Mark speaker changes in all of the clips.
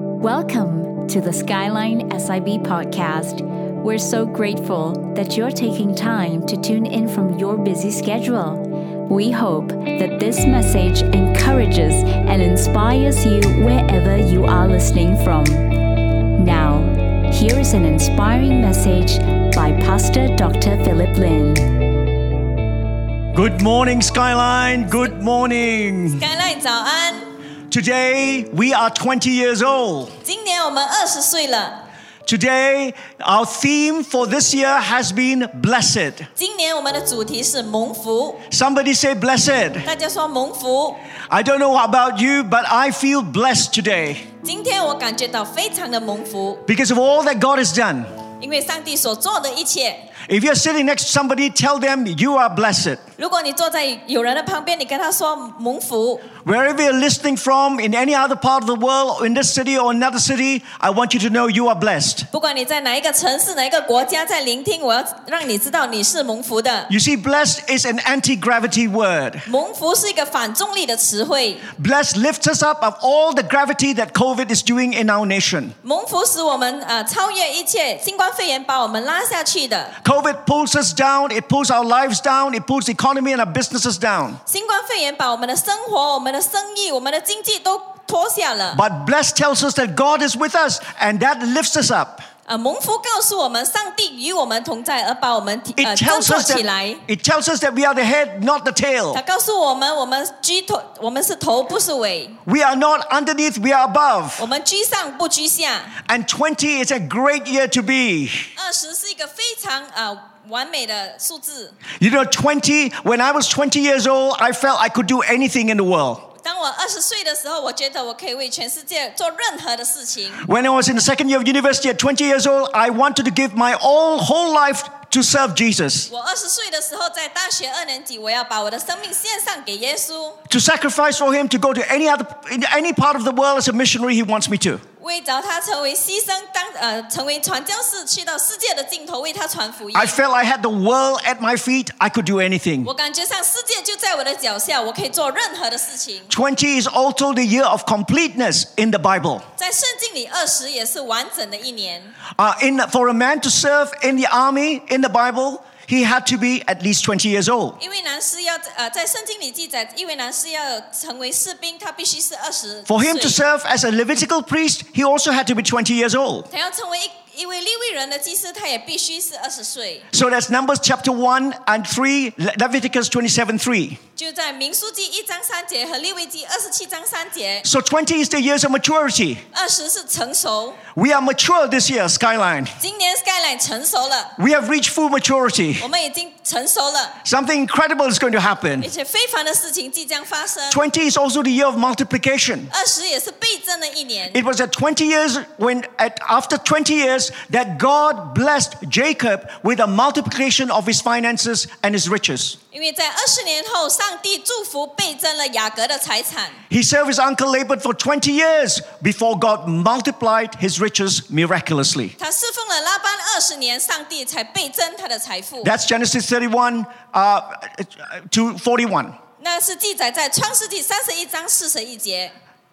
Speaker 1: Welcome to the Skyline SIB podcast. We're so grateful that you're taking time to tune in from your busy schedule. We hope that this message encourages and inspires you wherever you are listening from. Now, here is an inspiring message by Pastor Dr. Philip Lin.
Speaker 2: Good morning, Skyline. Good morning.
Speaker 3: 橄榄早安，
Speaker 2: Today, we are 20 years old.
Speaker 3: 今年我们二十岁了，
Speaker 2: Today, our theme for this year has been blessed.
Speaker 3: 今年我们的主题是蒙福，
Speaker 2: Somebody say blessed.
Speaker 3: 大家说蒙福。
Speaker 2: I don't know about you, but I feel blessed today
Speaker 3: 今天我感觉到非常的蒙福，
Speaker 2: because of all that God has done.
Speaker 3: 因为上帝所做的一切。
Speaker 2: If you're sitting next to somebody, tell them you are blessed.
Speaker 3: 如果你坐在有人的旁边，你跟他说蒙福，
Speaker 2: Wherever you're listening from, in any other part of the world, in this city or another city, I want you to know you are blessed.
Speaker 3: 不管你在哪一个城市、哪一个国家在聆听，我要让你知道你是蒙福的。
Speaker 2: You see, blessed is an anti gravity word.
Speaker 3: 蒙福是一个反重力的词汇，
Speaker 2: Bless lifts us up of all the gravity that COVID is doing in our nation.
Speaker 3: 蒙福使我们呃超越一切，新冠肺炎把我们拉下去的。
Speaker 2: COVID pulls us down, it pulls our lives down, it pulls the economy and our businesses down.
Speaker 3: 新冠肺炎把我们的生活、我们的生意、我们的经济都拖下了。
Speaker 2: But blessed tells us that God is with us and that lifts us up.
Speaker 3: 啊，蒙福告诉我们，上帝与我们同在，而把我们提
Speaker 2: It
Speaker 3: 呃振
Speaker 2: tells
Speaker 3: 作
Speaker 2: us
Speaker 3: 起来
Speaker 2: that,。it tells us that we are the head, not the
Speaker 3: 他
Speaker 2: tail.
Speaker 3: 告诉我们，我们居头，我们是头，不是尾；
Speaker 2: We are not underneath, we are above.
Speaker 3: 我们居上，不居下。
Speaker 2: And 20 is a great year to be.
Speaker 3: 二十是一个非常啊、呃完美的数字。
Speaker 2: You know, 20, when I was 20 years old, I felt I could do anything in the world.
Speaker 3: 当我二十岁的时候，我觉得我可以为全世界做任何的事情。
Speaker 2: When I was in the second year of university at 20 years old, I wanted to give my all, whole life to serve Jesus,
Speaker 3: 我二十岁的时候，在大学二年级，我要把我的生命献上给耶稣，
Speaker 2: to sacrifice for Him, to go to any other, in any part of the world as a missionary He wants me to.
Speaker 3: 为着他成为牺牲，当呃成为传教士，去到世界的尽头为他传福音。
Speaker 2: I felt I had the world at my feet. I could do anything.
Speaker 3: 我感觉上世界就在我的脚下，我可以做任何的事情。
Speaker 2: 20 is also the year of completeness in the Bible.
Speaker 3: 在圣经里，二十也是完整的一年。
Speaker 2: Uh, in, for a man to serve in the army in the Bible, he had to be at least 20 years old.
Speaker 3: 一位男士要呃，在圣经里记载，一位男士要成为士兵，他必须是二十
Speaker 2: For him to
Speaker 3: 岁。
Speaker 2: serve as a Levitical priest, he also had to be 20 years old.
Speaker 3: 他要成为一一位立位人的祭司，他也必须是二十岁。
Speaker 2: So that's Numbers chapter 1 and 3, Le- Leviticus 27 3.
Speaker 3: 就在民书记一章三节和立位记二十七章三节，
Speaker 2: So 20 is the years of maturity.
Speaker 3: 二十是成熟。
Speaker 2: We are mature this year, Skyline.
Speaker 3: 今年 Skyline 成熟了，
Speaker 2: We have reached full maturity.
Speaker 3: 我们已经成熟了，
Speaker 2: Something incredible is going to happen.
Speaker 3: 而且非凡的事情即将发生。
Speaker 2: 20 is also the year of multiplication.
Speaker 3: 二十也是倍增的一年。
Speaker 2: It was at 20 years when, at, after 20 years, that God blessed Jacob with a multiplication of his finances and his riches.
Speaker 3: 因为在二十年后，上帝祝福倍增了雅各的财产。
Speaker 2: He served his uncle Laban for 20 years before God multiplied his riches miraculously.
Speaker 3: 他侍奉了拉班二十年，上帝才倍增他的财富。
Speaker 2: That's Genesis 31 uh, to 41.
Speaker 3: 那是记载在创世纪三十一章四十一节。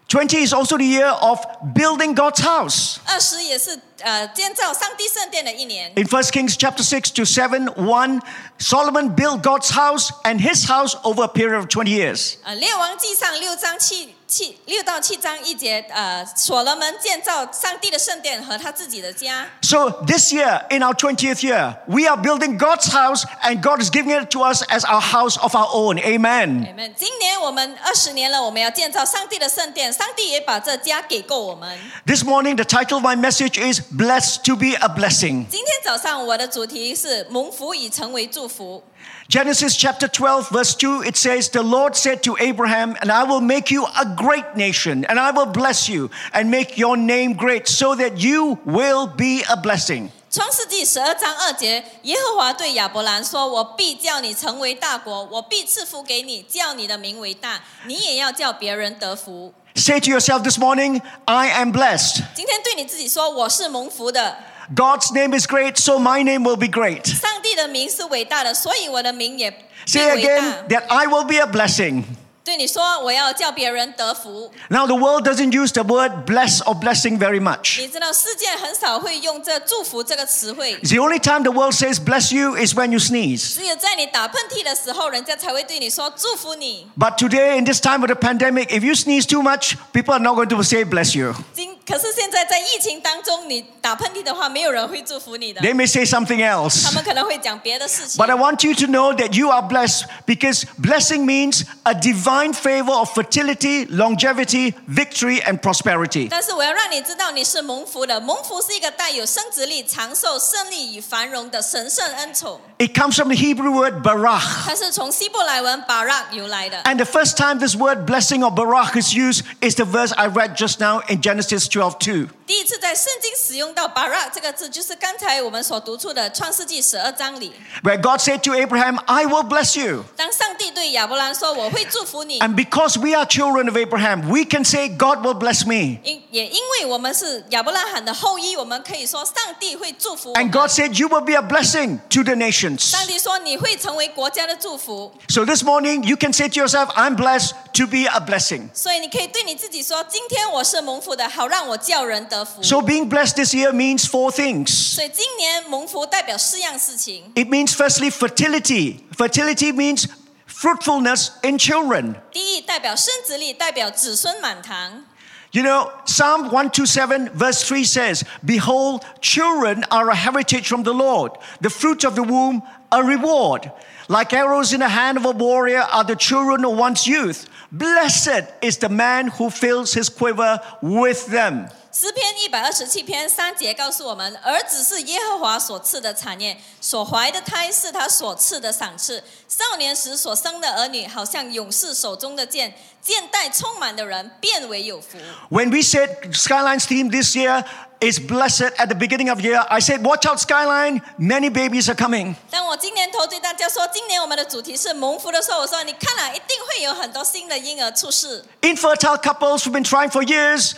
Speaker 2: 20 is also the year of building God's house.
Speaker 3: 二十也是呃建造上帝圣殿的一年。
Speaker 2: In 1 Kings chapter 6 to 7, 1, Solomon built God's house and his house over a period of 20 years.
Speaker 3: 呃，列王记上六章七七六到七章一节，呃，所罗门建造上帝的圣殿和他自己的家。
Speaker 2: So this year, in our 20th year, we are building God's house and God is giving it to us as our house of our own. Amen.
Speaker 3: 你们今年我们二十年了，我们要建造上帝的圣殿，上帝也把这家给够我们。
Speaker 2: This morning, the title of my message is Blessed to be a Blessing.
Speaker 3: 今天早上我的主题是蒙福已成为祝福。
Speaker 2: Genesis chapter 12, verse 2, it says, The Lord said to Abraham, And I will make you a great nation, and I will bless you, and make your name great, so that you will be a blessing.
Speaker 3: 创世纪十二章二节，耶和华对亚伯兰说：“我必叫你成为大国，我必赐福给你，叫你的名为大，你也要叫别人得福。
Speaker 2: Say to yourself this morning, I am blessed. ”
Speaker 3: 今天对你自己说：“我是蒙福的，
Speaker 2: God's name is great, so my name will be great.
Speaker 3: 上帝的名是伟大的，所以我的名也必
Speaker 2: Say
Speaker 3: 伟大
Speaker 2: again。that I will be a blessing.
Speaker 3: 对你说我要叫别人得福。
Speaker 2: Now, the world doesn't use the word bless or blessing very much.
Speaker 3: 你知道世界很少会用这祝福这个词汇，
Speaker 2: The only time the world says bless you is when you sneeze.
Speaker 3: 只有在你打喷嚏的时候，人家才会对你说祝福你。
Speaker 2: But today, in this time of the pandemic, if you sneeze too much, people are not going to say bless you.
Speaker 3: 今可是现在在疫情当中，你打喷嚏的话，没有人会祝福你的，
Speaker 2: They may say something
Speaker 3: 他
Speaker 2: else.
Speaker 3: 们可能会讲别的事情
Speaker 2: But。I want you to know that you are blessed because blessing means a divine favor of fertility, longevity, victory, and prosperity.
Speaker 3: 但是我要让你知道，你是蒙福的。蒙福是一个带有生殖力、长寿、胜利与繁荣的神圣恩宠，
Speaker 2: It comes from the Hebrew word barach.
Speaker 3: 它是从希伯来文 “barak” 由来的。
Speaker 2: And the first time this word blessing or barach is used is the verse I read just now in Genesis 12 2.
Speaker 3: 第一次在圣经使用到 “barak” 这个字，就是刚才我们所读出的《创世纪》十二章里，
Speaker 2: where God said to Abraham, I will bless you.
Speaker 3: 当上帝对亚伯兰说：“我会祝福你。”
Speaker 2: And because we are children of Abraham, we can say, God will bless me.
Speaker 3: 因也因为我们是亚伯拉罕的后裔，我们可以说上帝会祝福我
Speaker 2: And
Speaker 3: 们。
Speaker 2: God said, You will be a blessing to the nations.
Speaker 3: 上帝说你会成为国家的祝福，
Speaker 2: So this morning, you can say to yourself, I'm blessed to be a blessing.
Speaker 3: 所以你可以对你自己说：今天我是蒙福的，好让我叫人得福。
Speaker 2: So being blessed this year means four things.
Speaker 3: 所以今年蒙福代表四样事情：
Speaker 2: It means, firstly, fertility. Fertility means fruitfulness in children.
Speaker 3: 第一，代表生殖力，代表子孙满堂。
Speaker 2: You know, Psalm 127, verse 3 says, Behold, children are a heritage from the Lord, the fruit of the womb, a reward. Like arrows in the hand of a warrior are the children of one's youth. Blessed is the man who fills his quiver with them.
Speaker 3: 诗篇一百二十七篇三节告诉我们：儿子是耶和华所赐的产业，所怀的胎是他所赐的赏赐。少年时所生的儿女，好像勇士手中的剑，剑带充满的人，变为有福。
Speaker 2: When we said Skyline's theme this year is blessed at the beginning of year, I said, Watch out, Skyline, many babies are coming.
Speaker 3: 当我今年头对大家说，今年我们的主题是蒙福的时候，我说你看了、一定会有很多新的婴儿出世。
Speaker 2: Infertile couples who've been trying for years,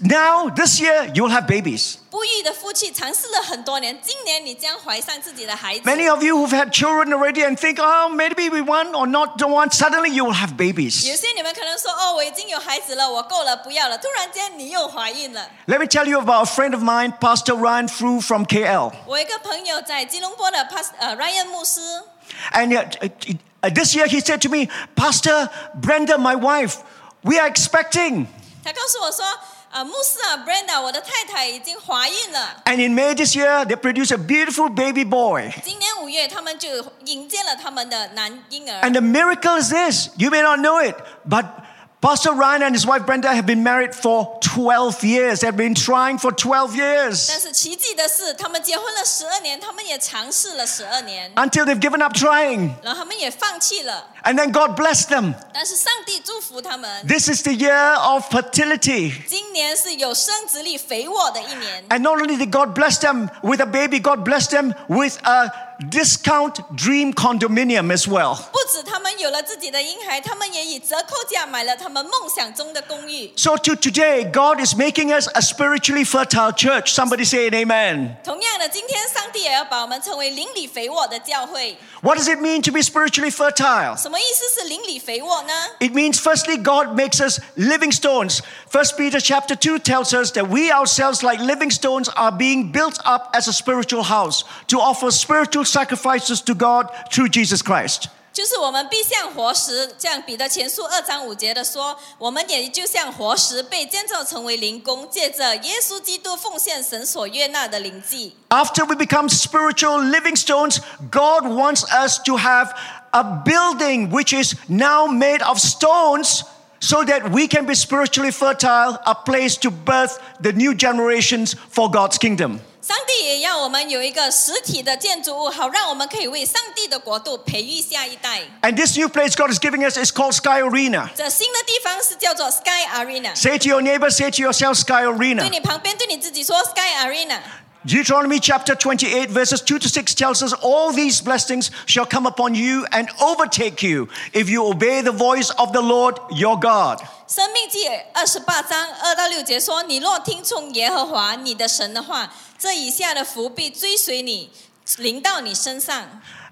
Speaker 2: now, this year, you'll have babies.
Speaker 3: 不育的夫妻尝试了很多年，今年你将怀上自己的孩子。
Speaker 2: Many of you who've had children already and think, oh, maybe we want or not don't want, suddenly you will have
Speaker 3: 有
Speaker 2: babies.
Speaker 3: 些你们可能说，哦，我已经有孩子了，我够了，不要了。突然间你又怀孕了。
Speaker 2: Let me tell you about a friend of mine, Pastor Ryan Frew from KL.
Speaker 3: 我一个朋友在吉隆坡的 Pas 呃 Ryan 牧师，
Speaker 2: And uh, uh, uh, this year he said to me, Pastor Brenda, my wife, we are expecting.
Speaker 3: 他告诉我说，呃，牧师啊，Brenda，我的太太已经怀孕了。
Speaker 2: And in May this year, they produced a beautiful baby boy.
Speaker 3: 今年五月，他们就迎接了他们的男婴儿。
Speaker 2: And the miracle is this you may not know it, but Pastor Ryan and his wife Brenda have been married for 12 years. They've been trying for 12 years.
Speaker 3: 但是奇迹的是，他们结婚了十二年，他们也尝试了十二年，
Speaker 2: until they've given up trying.
Speaker 3: 然后他们也放弃了。
Speaker 2: And then God blessed them.
Speaker 3: 但是上帝祝福他们，
Speaker 2: This is the year of fertility.
Speaker 3: 今年是有生殖力肥沃的一年。
Speaker 2: And not only did God bless them with a baby, God blessed them with a discount dream condominium as well.
Speaker 3: 不止他们有了自己的婴孩，他们也以折扣价买了他们梦想中的公寓。
Speaker 2: So to today, God is making us a spiritually fertile church. Somebody say an amen.
Speaker 3: 同样的，今天上帝也要把我们成为邻里肥沃的教会。
Speaker 2: What does it mean to be spiritually fertile?
Speaker 3: 什么意思是邻里肥沃呢？
Speaker 2: It means firstly, God makes us living stones. First Peter chapter 2 tells us that we ourselves, like living stones, are being built up as a spiritual house to offer spiritual sacrifices to God through Jesus Christ.
Speaker 3: 就是我们必像活石，像彼得前书二章五节的说，我们也就像活石被建造成为灵宫，借着耶稣基督奉献神所悦纳的灵祭。
Speaker 2: After we become spiritual living stones, God wants us to have a building which is now made of stones so that we can be spiritually fertile, a place to birth the new generations for God's kingdom.
Speaker 3: 上帝也要我们有一个实体的建筑物，好让我们可以为上帝的国度培育下一代。
Speaker 2: And this new place God is giving us is called Sky Arena.
Speaker 3: 这新的地方是叫做 Sky Arena。
Speaker 2: Say to your neighbor, say to yourself, Sky
Speaker 3: 对
Speaker 2: Arena.
Speaker 3: 你旁边，对你自己说 Sky Arena。
Speaker 2: Deuteronomy chapter 28, verses 2 to 6 tells us, All these blessings shall come upon you and overtake you if you obey the voice of the Lord your God.
Speaker 3: 生命记二十八章二到六节说：“你若听从耶和华你的神的话，这以下的福必追随你，临到你身上。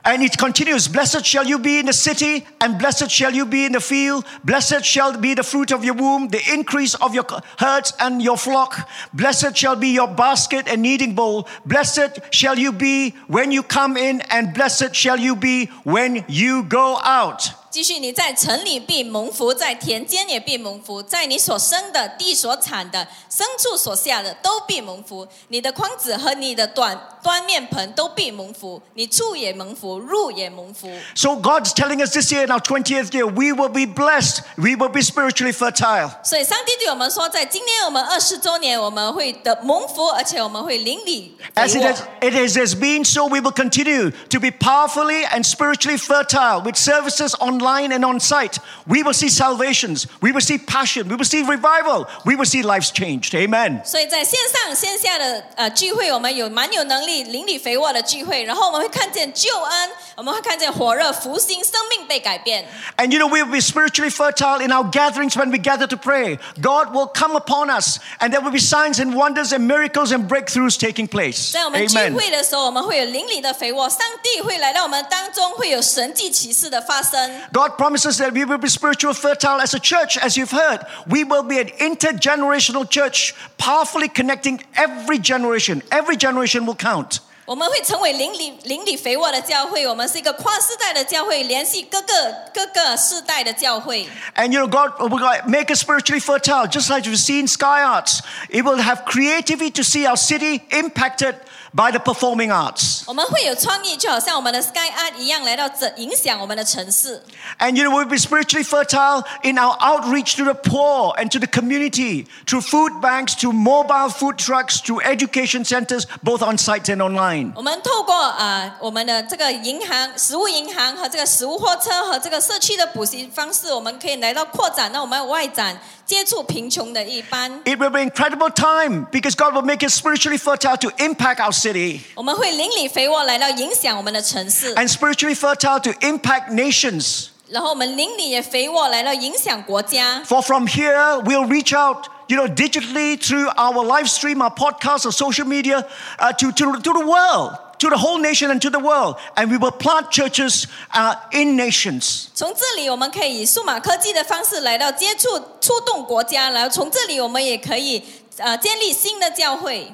Speaker 2: And it continues Blessed shall you be in the city, and blessed shall you be in the field. Blessed shall be the fruit of your womb, the increase of your herds and your flock. Blessed shall be your basket and kneading bowl. Blessed shall you be when you come in, and blessed shall you be when you go out.
Speaker 3: 继续，你在城里必蒙福，在田间也必蒙福，在你所生的地所产的牲畜所下的都必蒙福。你的筐子和你的短端面盆都必蒙福，你出也蒙福，入也蒙福。
Speaker 2: So God's telling us this year, in our 20th year, we will be blessed, we will be spiritually fertile.
Speaker 3: 所以，上帝对我们说，在今年我们二十周年，我们会得蒙福，而且我们会邻里
Speaker 2: As
Speaker 3: 肥
Speaker 2: it
Speaker 3: 沃
Speaker 2: has, it is- has been, so we will continue to be powerfully and spiritually fertile with services online and on site. We will see salvations, we will see passion, we will see revival, we will see lives changed. Amen.
Speaker 3: 所以在线上线下的呃聚会，我们有蛮有能力邻里肥沃的聚会，然后我们会看见救恩，我们会看见火热福星，生命被改变。
Speaker 2: And you know, we will be spiritually fertile in our gatherings when we gather to pray. God will come upon us, and there will be signs and wonders and miracles and breakthroughs taking place.
Speaker 3: 在我们聚
Speaker 2: Amen.
Speaker 3: 会的时候，我们会有邻里的肥沃，上帝会来到我们当中，会有神迹奇事的发生。
Speaker 2: God promises that we will be spiritual fertile as a church, as you've heard. We will be an intergenerational church, powerfully connecting every generation. Every generation will count.
Speaker 3: 我们会成为邻里邻里肥沃的教会，我们是一个跨世代的教会，联系各个各个世代的教会。
Speaker 2: And you know, God will make us spiritually fertile, just like we've seen Sky Arts. It will have creativity to see our city impacted by the performing arts.
Speaker 3: 我们会有创意，就好像我们的 Sky Art 一样，来到整影响我们的城市。
Speaker 2: And you know, we'll be spiritually fertile in our outreach to the poor and to the community, through food banks, to mobile food trucks, to education centers, both on site and online.
Speaker 3: 我们透过啊、呃我们的这个银行、食物银行和这个食物货车和这个社区的补习方式，我们可以来到扩展，那我们外展接触贫穷的一般。
Speaker 2: It will be an incredible time because God will make us spiritually fertile to impact our city
Speaker 3: 我们会邻里肥沃来到影响我们的城 市，
Speaker 2: and spiritually fertile to impact nations.
Speaker 3: 然后我们邻里也肥沃来到影响国家。
Speaker 2: For from here, we'll reach out, you know, digitally through our live stream, our podcast, our social media uh, to, to, to the world, to the whole nation and to the world. And we will plant churches uh, in nations.
Speaker 3: 从这里，我们可以以数码科技的方式来到接触、触动国家，然后从这里我们也可以呃建立新的教会。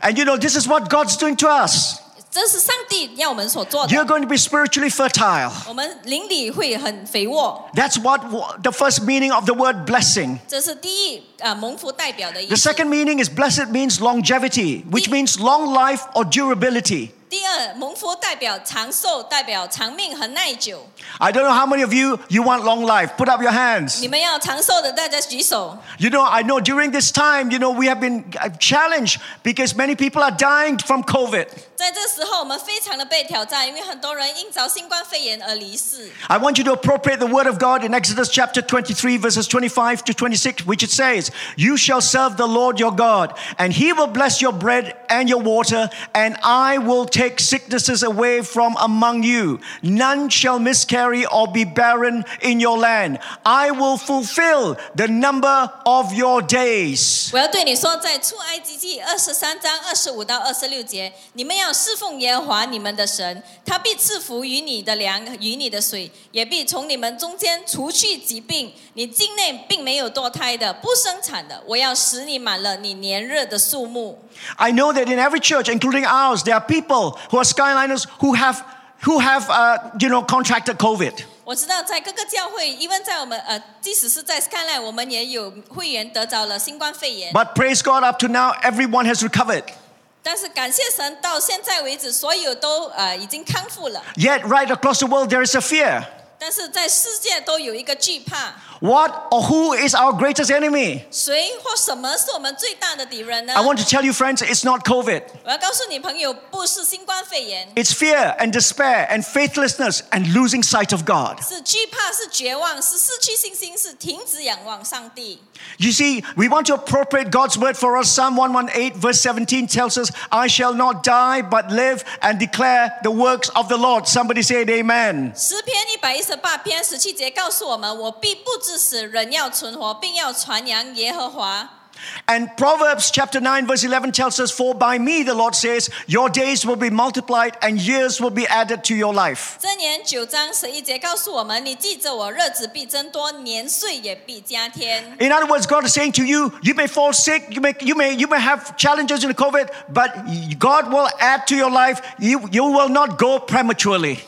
Speaker 2: And you know, this is what God's doing to us.
Speaker 3: 这是上帝要我们所做
Speaker 2: You're
Speaker 3: 的。
Speaker 2: going to be spiritually fertile.
Speaker 3: 我们邻里会很肥沃，
Speaker 2: That's what the first meaning of the word blessing.
Speaker 3: 这是第一啊、呃蒙福代表的意
Speaker 2: The
Speaker 3: 思。
Speaker 2: second meaning is blessed means longevity, which
Speaker 3: Ye-
Speaker 2: means long life or durability.
Speaker 3: 第二，蒙福代表长寿，代表长命和耐久。
Speaker 2: I don't know how many of you you want long life. Put up your hands.
Speaker 3: 你们要长寿的，大家举手。
Speaker 2: You know, I know during this time, you know, we have been uh, challenged because many people are dying from COVID.
Speaker 3: 在这时候，我们非常的被挑战，因为很多人因着新冠肺炎而离世。
Speaker 2: I want you to appropriate the word of God in Exodus chapter 23, verses 25 to 26, which it says, You shall serve the Lord your God, and he will bless your bread and your water, and I will take sicknesses away from among you. None shall miscarry or be barren in your land. I will fulfill the number of your days.
Speaker 3: 我要对你说，在出埃及记二十三章二十五到二十六节，你们要侍奉耶和华你们的神，他必赐福于你的粮与你的水，也必从你们中间除去疾病。你境内并没有堕胎的，不生产的，我要使你满了你年日的数目。
Speaker 2: I know that in every church, including ours, there are people who are skyliners who have, who have uh, you know, contracted COVID.
Speaker 3: 我知道在各个教会，因为在我们呃，即使是在 Skyline，我们也有会员得着了新冠肺炎。
Speaker 2: But praise God, up to now, everyone has recovered.
Speaker 3: 但是感谢神，到现在为止，所有都呃已经康复了。
Speaker 2: Yet, right across the world, there is a fear.
Speaker 3: 但是在世界都有一个惧怕，
Speaker 2: What or who is our greatest enemy?
Speaker 3: 谁或什么是我们最大的敌人呢？
Speaker 2: I want to tell you, friends, it's not COVID.
Speaker 3: 我要告诉你朋友，不是新冠肺炎，
Speaker 2: It's fear and despair and faithlessness and losing sight of God.
Speaker 3: 是惧怕，是绝望，是失去信心，是停止仰望上帝。
Speaker 2: You see, we want to appropriate God's word for us. Psalm 118, verse 17 tells us, I shall not die but live and declare the works of the Lord. Somebody said, Amen.
Speaker 3: 诗篇一百一十八篇十七节告诉我们：“我必不致死，人要存活，并要传扬耶和华。”
Speaker 2: And Proverbs chapter 9, verse 11 tells us, For by me, the Lord says, your days will be multiplied and years will be added to your life.
Speaker 3: 箴言九章十一节告诉我们：你记着我，日子必增多，年岁也必加添。
Speaker 2: In other words, God is saying to you, you may fall sick, you may, you may, you may have challenges in COVID, but God will add to your life. You, you will not go prematurely.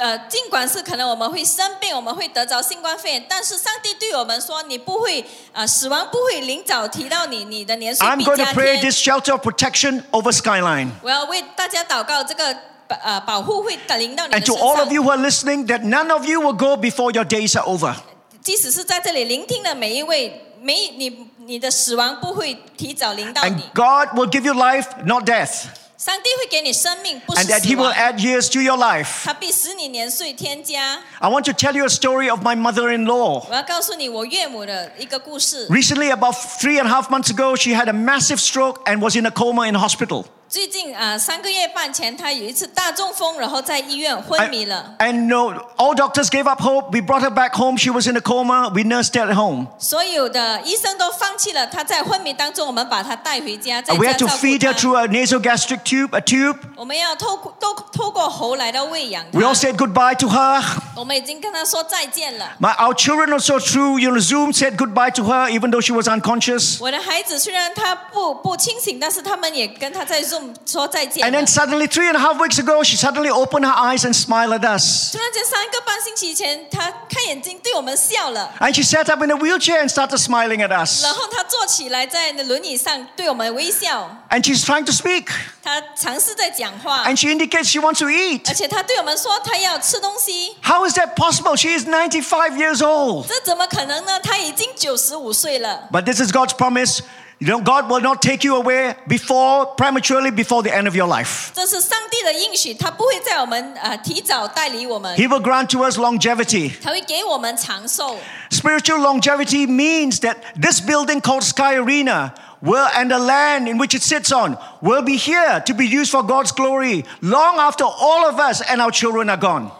Speaker 3: 呃，尽管是可能我们会生病，我们会得着新冠肺炎，但是上帝对我们说，你不会啊、呃死亡不会临早提到你，你的年岁
Speaker 2: I'm
Speaker 3: 必
Speaker 2: going to
Speaker 3: 加
Speaker 2: pray
Speaker 3: 添
Speaker 2: this。shelter of protection over Skyline.
Speaker 3: 我要为大家祷告，这个保呃保护会临到你的
Speaker 2: And to
Speaker 3: 身
Speaker 2: all of
Speaker 3: 上。
Speaker 2: you who are listening, that none of you will go before your days are over.
Speaker 3: 即使是在这里聆听的每一位，没你你的死亡不会提早临到
Speaker 2: And
Speaker 3: 你，
Speaker 2: God will give you life, not death. 上帝会给你生命，不是死亡。
Speaker 3: 上帝
Speaker 2: And that He
Speaker 3: 会给你生命，不是死
Speaker 2: will
Speaker 3: 亡。
Speaker 2: add years to your life.
Speaker 3: 他必使你年岁添加。
Speaker 2: I want to tell you a story of my mother in law.
Speaker 3: 我要告诉你我岳母的一个故事。
Speaker 2: Recently, about three and a half months ago, she had a massive stroke and was in a coma in hospital.
Speaker 3: 最近啊、呃三个月半前，她有一次大中风，然后在医院昏
Speaker 2: And,
Speaker 3: 迷了，
Speaker 2: and no, all doctors gave up hope. We brought her back home. She was in a coma. We nursed her at home.
Speaker 3: 所有的医生都放弃了。她在昏迷当中，我们把她带回家，在
Speaker 2: And we
Speaker 3: 家
Speaker 2: had
Speaker 3: 照
Speaker 2: to feed her
Speaker 3: 顾
Speaker 2: through
Speaker 3: 她。
Speaker 2: a nasogastric tube, a tube.
Speaker 3: 我们要透过都透过喉来到喂养
Speaker 2: We all
Speaker 3: 她。
Speaker 2: said goodbye to her.
Speaker 3: 我们已经跟她说再见了。
Speaker 2: My, our children also through you know, Zoom said goodbye to her, even though she was unconscious.
Speaker 3: 我的孩子虽然他不不清醒，但是他们也跟他在 Zoom 说再见
Speaker 2: And
Speaker 3: 了。
Speaker 2: then suddenly, three and a half weeks ago, she suddenly opened her eyes and smiled at us.
Speaker 3: 突然间，三个半星期前，他看眼睛对我们笑了。
Speaker 2: And she sat up in a wheelchair and started smiling at
Speaker 3: 然
Speaker 2: us.
Speaker 3: 后他坐起来，在轮椅上对我们微笑，
Speaker 2: And she's trying to speak.
Speaker 3: 他尝试在讲话，
Speaker 2: And she indicates she wants to eat.
Speaker 3: 而且他对我们说他要吃东西，
Speaker 2: How is that possible? She is 95 years old.
Speaker 3: 这怎么可能呢？他已经九十五岁了，
Speaker 2: But this is God's promise. You know, God will not take you away before, prematurely, before the end of your life.
Speaker 3: 这是上帝的应许，他不会在我们呃提早带离我们，
Speaker 2: He will grant to us longevity.
Speaker 3: 他会给我们长寿。
Speaker 2: Spiritual longevity means that this building called Sky Arena will, and the land in which it sits on will be here to be used for God's glory long after all of us and our children are gone.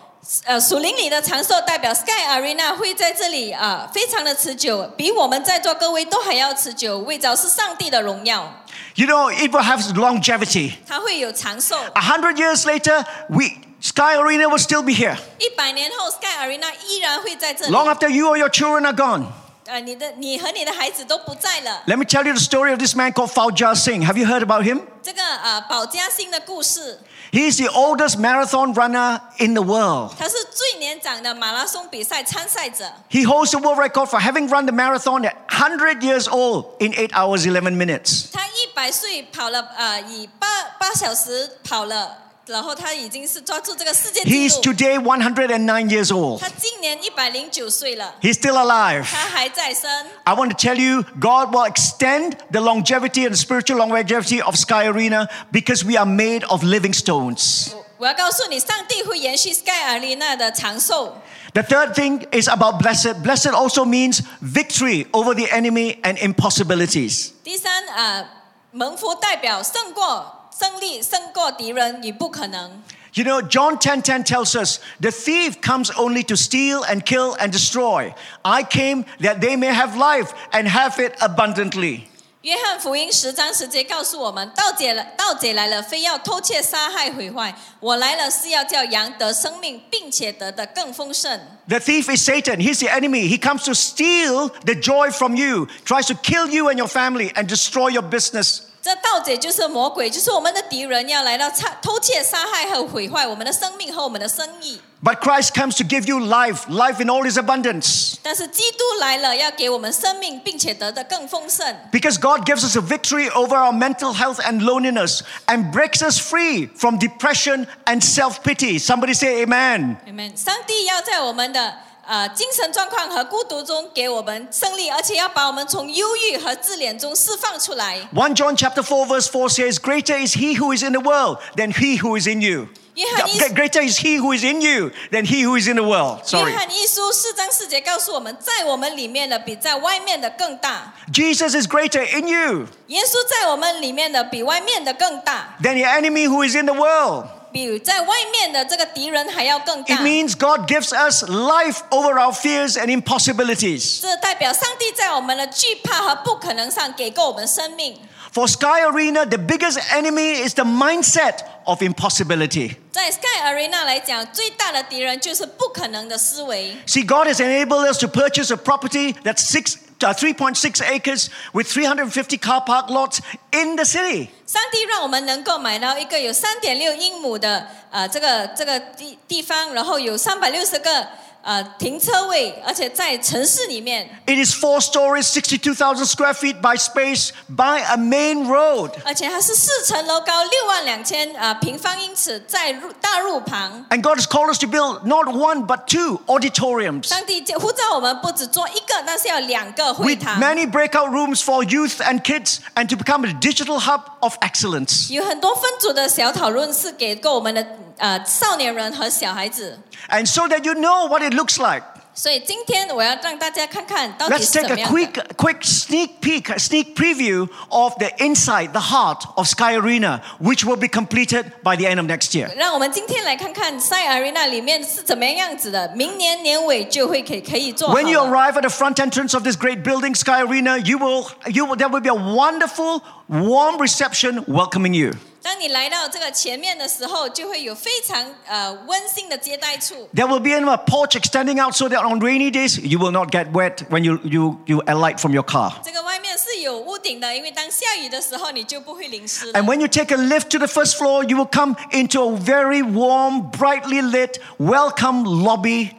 Speaker 3: 呃，属灵里的长寿代表 Sky Arena 会在这里啊、呃非常的持久，比我们在座各位都还要持久，为着是上帝的荣耀，
Speaker 2: You know, it will have longevity.
Speaker 3: 他会有长寿。
Speaker 2: A hundred years later, we Sky Arena will still be here
Speaker 3: 一百年后，Sky Arena 依然会在这里。
Speaker 2: long after you or your children are gone.
Speaker 3: 呃，你的你和你的孩子都不在了。
Speaker 2: Let me tell you the story of this man called Fauja Singh. Have you heard about him?
Speaker 3: 这个呃，保加星的故事，
Speaker 2: He's the oldest marathon runner in the world.
Speaker 3: 他是最年长的马拉松比赛参赛者，
Speaker 2: He holds the world record for having run the marathon at 100 years old in 8 hours 11 minutes.
Speaker 3: 他一百岁跑了呃，以八八小时跑了，然后他已经是抓住这个世界纪
Speaker 2: He's
Speaker 3: 录。
Speaker 2: today 109 years old.
Speaker 3: 他今年一百零九岁了，
Speaker 2: He's still alive.
Speaker 3: 他还在生。
Speaker 2: I want to tell you, God will extend the longevity and spiritual longevity of Sky Arena because we are made of living stones.
Speaker 3: 我我要告诉你，上帝会延续 Sky Arena 的长寿。
Speaker 2: The third thing is about blessed. Blessed also means victory over the enemy and impossibilities.
Speaker 3: 第三呃，蒙福代表胜过胜利，胜过敌人与不可能。
Speaker 2: You know, John 10:10 tells us, "The thief comes only to steal and kill and destroy. I came that they may have life and have it abundantly."
Speaker 3: 约翰福音十章十节告诉我们：盗贼了，盗贼来了，非要偷窃、杀害、毁坏。我来了是要叫羊得生命，并且得的更丰盛。
Speaker 2: The thief is Satan. He's the enemy. He comes to steal the joy from you, tries to kill you and your family and destroy your business.
Speaker 3: 这盗贼就是魔鬼，就是我们的敌人，要来到杀、偷窃、杀害和毁坏我们的生命和我们的生意。
Speaker 2: But Christ comes to give you life, life in all his abundance.
Speaker 3: 但是基督来了，要给我们生命，并且得的更丰盛。
Speaker 2: Because God gives us a victory over our mental health and loneliness and breaks us free from depression and self pity. Somebody say, Amen.
Speaker 3: Amen。上帝要在我们的呃精神状况和孤独中给我们胜利，而且要把我们从忧郁和自怜中释放出来。
Speaker 2: 1 John chapter 4 verse 4 says, "Greater is he who is in the world than he who is in you."
Speaker 3: Johannes-
Speaker 2: Gre- Greater is he who is in you than he who is in the world.
Speaker 3: 约
Speaker 2: Sorry.
Speaker 3: 翰一书四章四节告诉我们，在我们里面的比在外面的更大，
Speaker 2: Jesus is greater in you
Speaker 3: 耶稣在我们里面的比外面的更大，
Speaker 2: than your enemy who is in the world.
Speaker 3: 比比在外面的这个敌人还要更
Speaker 2: It
Speaker 3: 大。
Speaker 2: means God gives us life over our fears and impossibilities.
Speaker 3: 这代表上帝在我们的惧怕和不可能上给够我们生命。
Speaker 2: For Sky Arena, the biggest enemy is the mindset of impossibility.
Speaker 3: 在 Sky Arena 来讲，最大的敌人就是不可能的思维。
Speaker 2: See, God has enabled us to purchase a property that's six, uh, 3.6 acres with 350 car park lots in the city.
Speaker 3: 上帝让我们能够买到一个有三点六英亩的呃这个这个地地方，然后有三百六十个呃停车位，而且在城市里面，
Speaker 2: It is four stories, 62,000 square feet by space by a main road.
Speaker 3: 而且它是四层楼高，六万两千呃平方英尺，在入大路旁。
Speaker 2: And God has called us to build not one but two auditoriums
Speaker 3: 上帝就呼召我们不只做一个，但是要两个会
Speaker 2: with
Speaker 3: 堂。
Speaker 2: many breakout rooms for youth and kids and to become a digital hub of excellence.
Speaker 3: 有很多分组的小讨论是给够我们的呃少年人和小孩子，
Speaker 2: And so that you know what it looks like.
Speaker 3: 所以今天我要让大家看看到 底
Speaker 2: Let's
Speaker 3: 是怎
Speaker 2: take
Speaker 3: 么
Speaker 2: a
Speaker 3: 样的
Speaker 2: quick, quick sneak peek, a sneak preview of the inside, the heart of Sky Arena, which will be completed by the end of next year.
Speaker 3: 让我们今天来看看赛 Arena 里面是怎么样子的，明年年尾就会可以可以做好
Speaker 2: When you
Speaker 3: 了。
Speaker 2: arrive at the front entrance of this great building, Sky Arena, you will, you will, there will be a wonderful, warm reception welcoming you.
Speaker 3: 当你来到这个前面的时候，就会有非常呃温馨的接待处。
Speaker 2: There will be a porch extending out so that on rainy days you will not get wet when you, you, you alight from your car.
Speaker 3: 这个外面是有屋顶的，因为当下雨的时候你就不会淋湿了
Speaker 2: And。when you take a lift to the first floor, you will come into a very warm, brightly lit, welcome lobby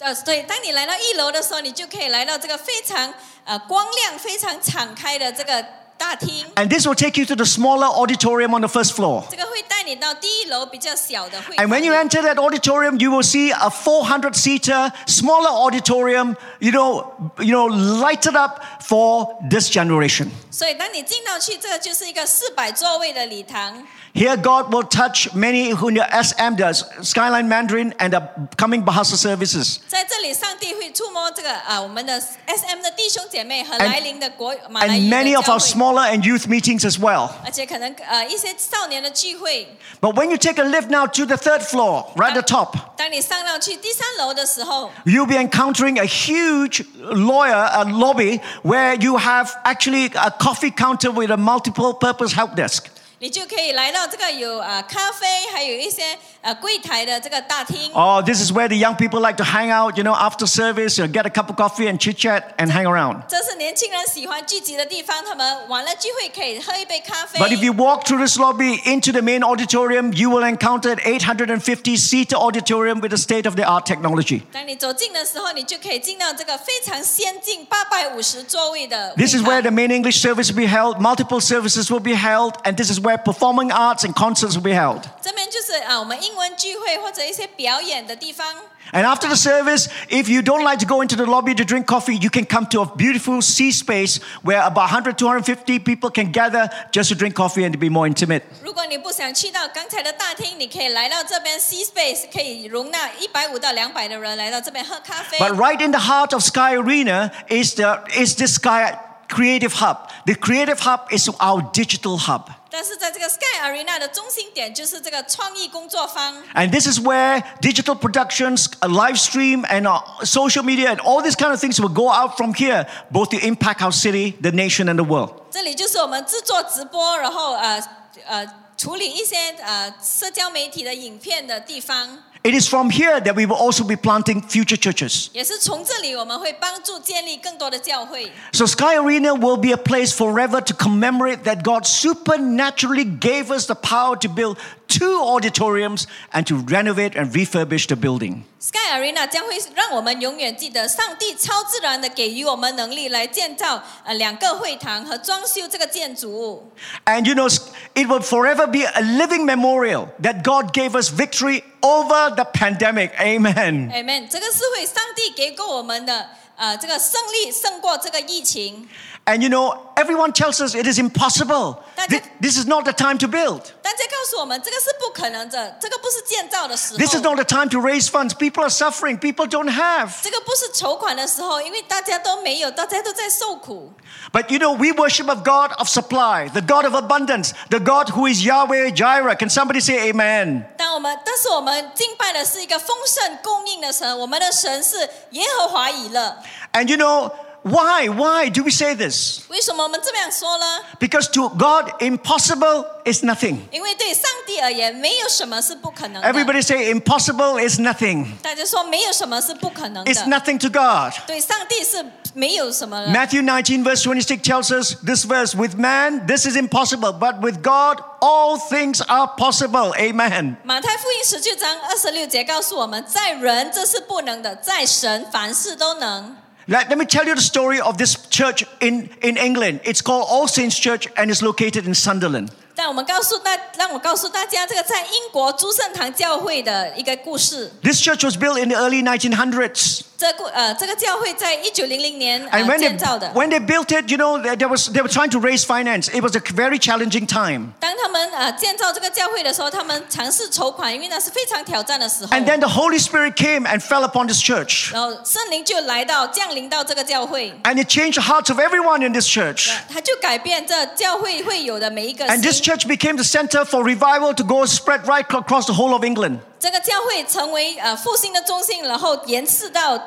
Speaker 3: 呃，对，当你来到一楼的时候，你就可以来到这个非常呃光亮、非常敞开的这个大厅。
Speaker 2: And this will take you to the smaller auditorium on the first floor.
Speaker 3: 这个会带你到第一楼比较小的会
Speaker 2: And
Speaker 3: 馆
Speaker 2: when
Speaker 3: 里
Speaker 2: you enter that auditorium, you will see a 400 seater, smaller auditorium, you know, you know, lighted up for this generation.
Speaker 3: 所以当你进到去，这个就是一个四百座位的礼堂。
Speaker 2: Here, God will touch many who know SM does, Skyline Mandarin and the coming Bahasa services.
Speaker 3: 在这里，上帝会触摸这个啊、我们的 S M 的弟兄姐妹和
Speaker 2: And-
Speaker 3: 来临的国马来
Speaker 2: And
Speaker 3: 语
Speaker 2: many
Speaker 3: 的
Speaker 2: of
Speaker 3: 教
Speaker 2: our
Speaker 3: 会，
Speaker 2: smaller and youth meetings as well.
Speaker 3: 而且可能呃一些少年的聚会。
Speaker 2: But when you take a lift now to the third floor, right at the top,
Speaker 3: 当你上到去第三楼的时候，
Speaker 2: you'll be encountering a huge lawyer a lobby where you have actually a coffee counter with a multiple purpose help desk
Speaker 3: 你就可以来到这个有啊、咖啡，还有一些呃柜台的这个大厅。
Speaker 2: oh this is where the young people like to hang out you know after service you know, get a cup of coffee and chit chat and hang around
Speaker 3: 这是年轻人喜欢聚集的地方，他们完了聚会可以喝一杯咖啡。
Speaker 2: but if you walk through this lobby into the main auditorium you will encounter an 850 seater auditorium with a state of the art technology
Speaker 3: 当你走近的时候，你就可以进到这个非常先进八百五十座位的会
Speaker 2: this is
Speaker 3: 堂
Speaker 2: where the main english service will be held multiple services will be held and this is where performing arts and concerts will be held
Speaker 3: 这边就是啊，我们英文聚会或者一些表演的地方。
Speaker 2: And after the service, if you don't like to go into the lobby to drink coffee, you can come to a beautiful sea space where about 100, 250 people can gather just to drink coffee and to be more intimate.
Speaker 3: 如果你不想去到刚才的大厅，你可以来到这边 C space，可以容纳一百五到两百的人来到这边喝咖啡。
Speaker 2: But right in the heart of Sky Arena is, the, is this Sky Creative Hub. The Creative Hub is our digital hub.
Speaker 3: 但是在这个 Sky Arena 的中心点就是这个创意工作坊，
Speaker 2: And this is where digital productions, a live stream, and uh, social media, and all these kind of things will go out from here, both to impact our city, the nation, and the world.
Speaker 3: 这里就是我们制作直播，然后呃呃处理一些呃社交媒体的影片的地方。
Speaker 2: It is from here that we will also be planting future churches.
Speaker 3: 也是从这里，我们会帮助建立更多的教会。
Speaker 2: So Sky Arena will be a place forever to commemorate that God supernaturally gave us the power to build two auditoriums and to renovate and refurbish the building.
Speaker 3: Sky Arena 将会让我们永远记得，上帝超自然的给予我们能力来建造呃两个会堂和装修这个建筑物。
Speaker 2: And you know, it will forever be a living memorial that God gave us victory over the pandemic. Amen.
Speaker 3: Amen。这个是会上帝给过我们的呃这个胜利胜过这个疫情。
Speaker 2: And you know, everyone tells us it is impossible.
Speaker 3: That's
Speaker 2: Thi-
Speaker 3: it.
Speaker 2: This is not the time to build.
Speaker 3: 但这告诉我们，这个是不可能的，这个不是建造的时
Speaker 2: This is not
Speaker 3: 候，
Speaker 2: the time to raise funds. People are suffering. People don't have.
Speaker 3: 这个不是筹款的时候，因为大家都没有，大家都在受苦。
Speaker 2: But you know, we worship a God of supply, the God of abundance, the God who is Yahweh Jireh. Can somebody say amen?
Speaker 3: 但我们，但是我们敬拜的是一个丰盛供应的神，我们的神是耶和华以勒。
Speaker 2: And you know, why, why do we say this?
Speaker 3: 为什么我们这么样说呢？
Speaker 2: Because to God, impossible is nothing.
Speaker 3: 因为对上帝而言，没有什么是不可能的。
Speaker 2: Everybody say impossible is nothing.
Speaker 3: 大家说没有什么是不可能
Speaker 2: It's
Speaker 3: 的。
Speaker 2: nothing to God.
Speaker 3: 对上帝是没有什么的。
Speaker 2: Matthew 19, verse 26 tells us this verse with man, this is impossible, but with God, all things are possible. Amen.
Speaker 3: 马太福音十九章二十六节告诉我们，在人这是不能的，在神凡事都能。
Speaker 2: Let, let me tell you the story of this church in, in England. It's called All Saints Church and it's located in Sunderland.
Speaker 3: 但我们告诉大，让我告诉大家，这个在英国诸圣堂教会的一个故事。
Speaker 2: This church was built in the early 1900s.
Speaker 3: 这故呃，这个教会在一九零零年、
Speaker 2: And
Speaker 3: 呃、
Speaker 2: when
Speaker 3: 建造的
Speaker 2: they,。when they built it, you know, there there was, they were trying to raise finance. It was a very challenging time.
Speaker 3: 当他们呃建造这个教会的时候，他们尝试筹款，因为那是非常挑战的时候。
Speaker 2: And then the Holy Spirit came and fell upon this church.
Speaker 3: 然后圣灵就来到，降临到这个教会，呃
Speaker 2: And it changed the hearts of everyone in this church.
Speaker 3: 他就改变这教会会有的每一个
Speaker 2: And this
Speaker 3: 心。
Speaker 2: church became the center for revival to go spread right across the whole of England.
Speaker 3: 这个教会成为呃复兴的中心，然后延伸到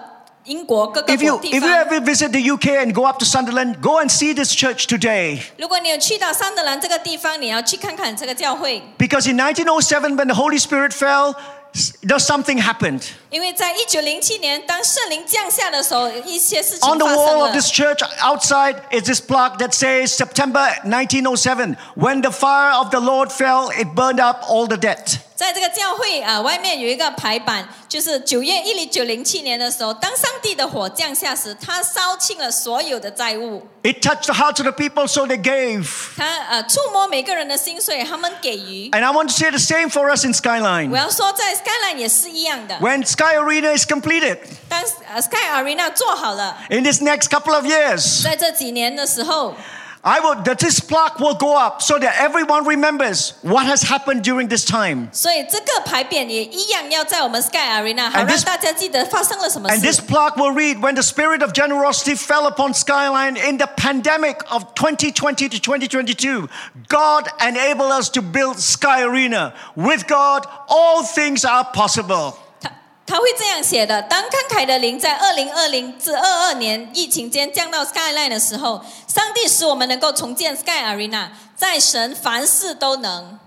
Speaker 3: 英国各个
Speaker 2: If you
Speaker 3: 地
Speaker 2: if you
Speaker 3: 方。
Speaker 2: ever visit the UK and go up to Sunderland, go and see this church today.
Speaker 3: 如果你有去到桑德兰这个地方，你要去看看这个教会，
Speaker 2: Because in 1907, when the Holy Spirit fell, s- there something happened.
Speaker 3: 因为在一九零七年当圣灵降下的时候，一些事情
Speaker 2: On the
Speaker 3: 发生
Speaker 2: wall of
Speaker 3: 了。
Speaker 2: this church outside is this plaque that says September 1907. When the fire of the Lord fell, it burned up all the debt.
Speaker 3: 在这个教会啊、呃外面有一个排版，就是九月一零九零七年的时候，当上帝的火降下时，他烧尽了所有的债务，
Speaker 2: It touched the hearts of the people, so they gave.
Speaker 3: 他呃触摸每个人的心碎，他们给予。
Speaker 2: And I want to say the same for us in
Speaker 3: 我
Speaker 2: Skyline.
Speaker 3: 要说，在 Skyline 也是一样的，
Speaker 2: When Sky Arena is completed
Speaker 3: 当呃 Sky Arena 做好了，
Speaker 2: in this next couple of years,
Speaker 3: 在这几年的时候，
Speaker 2: I will that this plaque will go up so that everyone remembers what has happened during this time.
Speaker 3: 所以这个牌匾也一样要在我们 Sky Arena，好
Speaker 2: And
Speaker 3: 让
Speaker 2: this-
Speaker 3: 大家记得发生了什么
Speaker 2: And this
Speaker 3: 事。
Speaker 2: plaque will read When the spirit of generosity fell upon Skyline in the pandemic of 2020 to 2022, God enabled us to build Sky Arena. With God, all things are possible.
Speaker 3: 他他会这样写的：当慷慨的灵在二零二零至二二年疫情间降到 Skyline 的时候，上帝使我们能够重建 Sky Arena，在神凡事都能。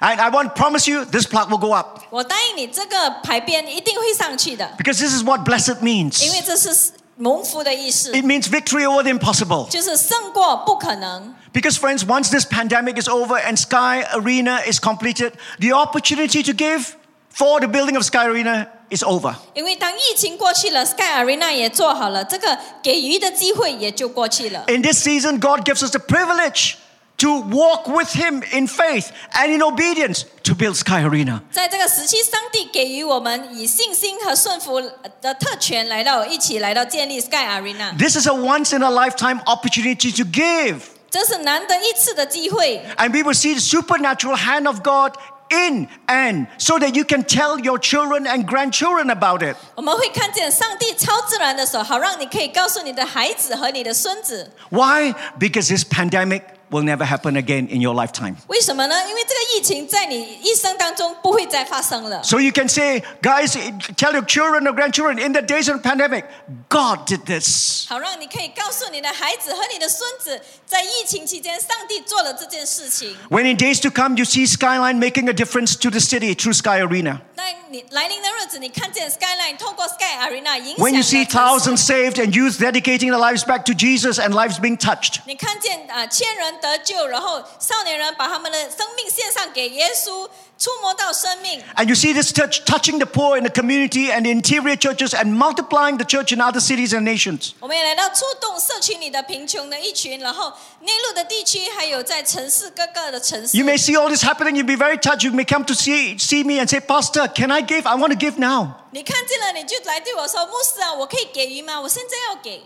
Speaker 2: And I want to promise you, this plaque will go up
Speaker 3: 我答应你，这个牌匾一定会上去的，
Speaker 2: because this is what blessed
Speaker 3: 因为
Speaker 2: means
Speaker 3: 这是蒙福的意思，
Speaker 2: it means victory over the impossible.
Speaker 3: 就是胜过不可能。
Speaker 2: Because, friends, once this pandemic is over and Sky Arena is completed, the opportunity to give for the building of Sky Arena is over.
Speaker 3: 因为当疫情过去了，Sky Arena 也做好了，这个给予的机会也就过去了。
Speaker 2: In this season, God gives us the privilege to walk with Him in faith and in obedience to build Sky Arena.
Speaker 3: 在这个时期，上帝给予我们以信心和顺服的特权，来到一起来到建立 Sky Arena，
Speaker 2: This is a once in a lifetime opportunity to give.
Speaker 3: 这是难得一次的机会。
Speaker 2: And we will see the supernatural hand of God in and so that you can tell your children and grandchildren about it.
Speaker 3: 我们会看见上帝超自然的手，好让你可以告诉你的孩子和你的孙子。
Speaker 2: Why? Because this pandemic will never happen again in your lifetime.
Speaker 3: 为什么呢？因为这个疫情在你一生当中不会再发生了。
Speaker 2: So you can say, guys, tell your children or grandchildren in the days of the pandemic, God did this.
Speaker 3: 好，让你可以告诉你的孩子和你的孙子，在疫情期间，上帝做了这件事情。
Speaker 2: When in days to come you see Skyline making a difference to the city through Sky Arena.
Speaker 3: 那你来临的日子，你看见 Skyline 透过 Sky Arena 影响
Speaker 2: When you
Speaker 3: 了
Speaker 2: see
Speaker 3: 城市
Speaker 2: thousands saved and youth dedicating their lives back to Jesus and lives being touched.
Speaker 3: 你看见啊、呃千人人得救，然后少年人把他们的生命献上给耶稣，触摸到生命。
Speaker 2: And you see this touch, touching the poor in the community and the interior churches and multiplying the church in other cities and nations.
Speaker 3: 我们也来到触动社区里的贫穷的一群，然后内陆的地区，还有在城市各个的城市。
Speaker 2: You may see all this happening, you'll be very touched. You may come to see, see me and say, Pastor, can I give? I want to give now.
Speaker 3: 你看见了，你就来对我说：“牧师啊，我可以给予吗？我现在要给。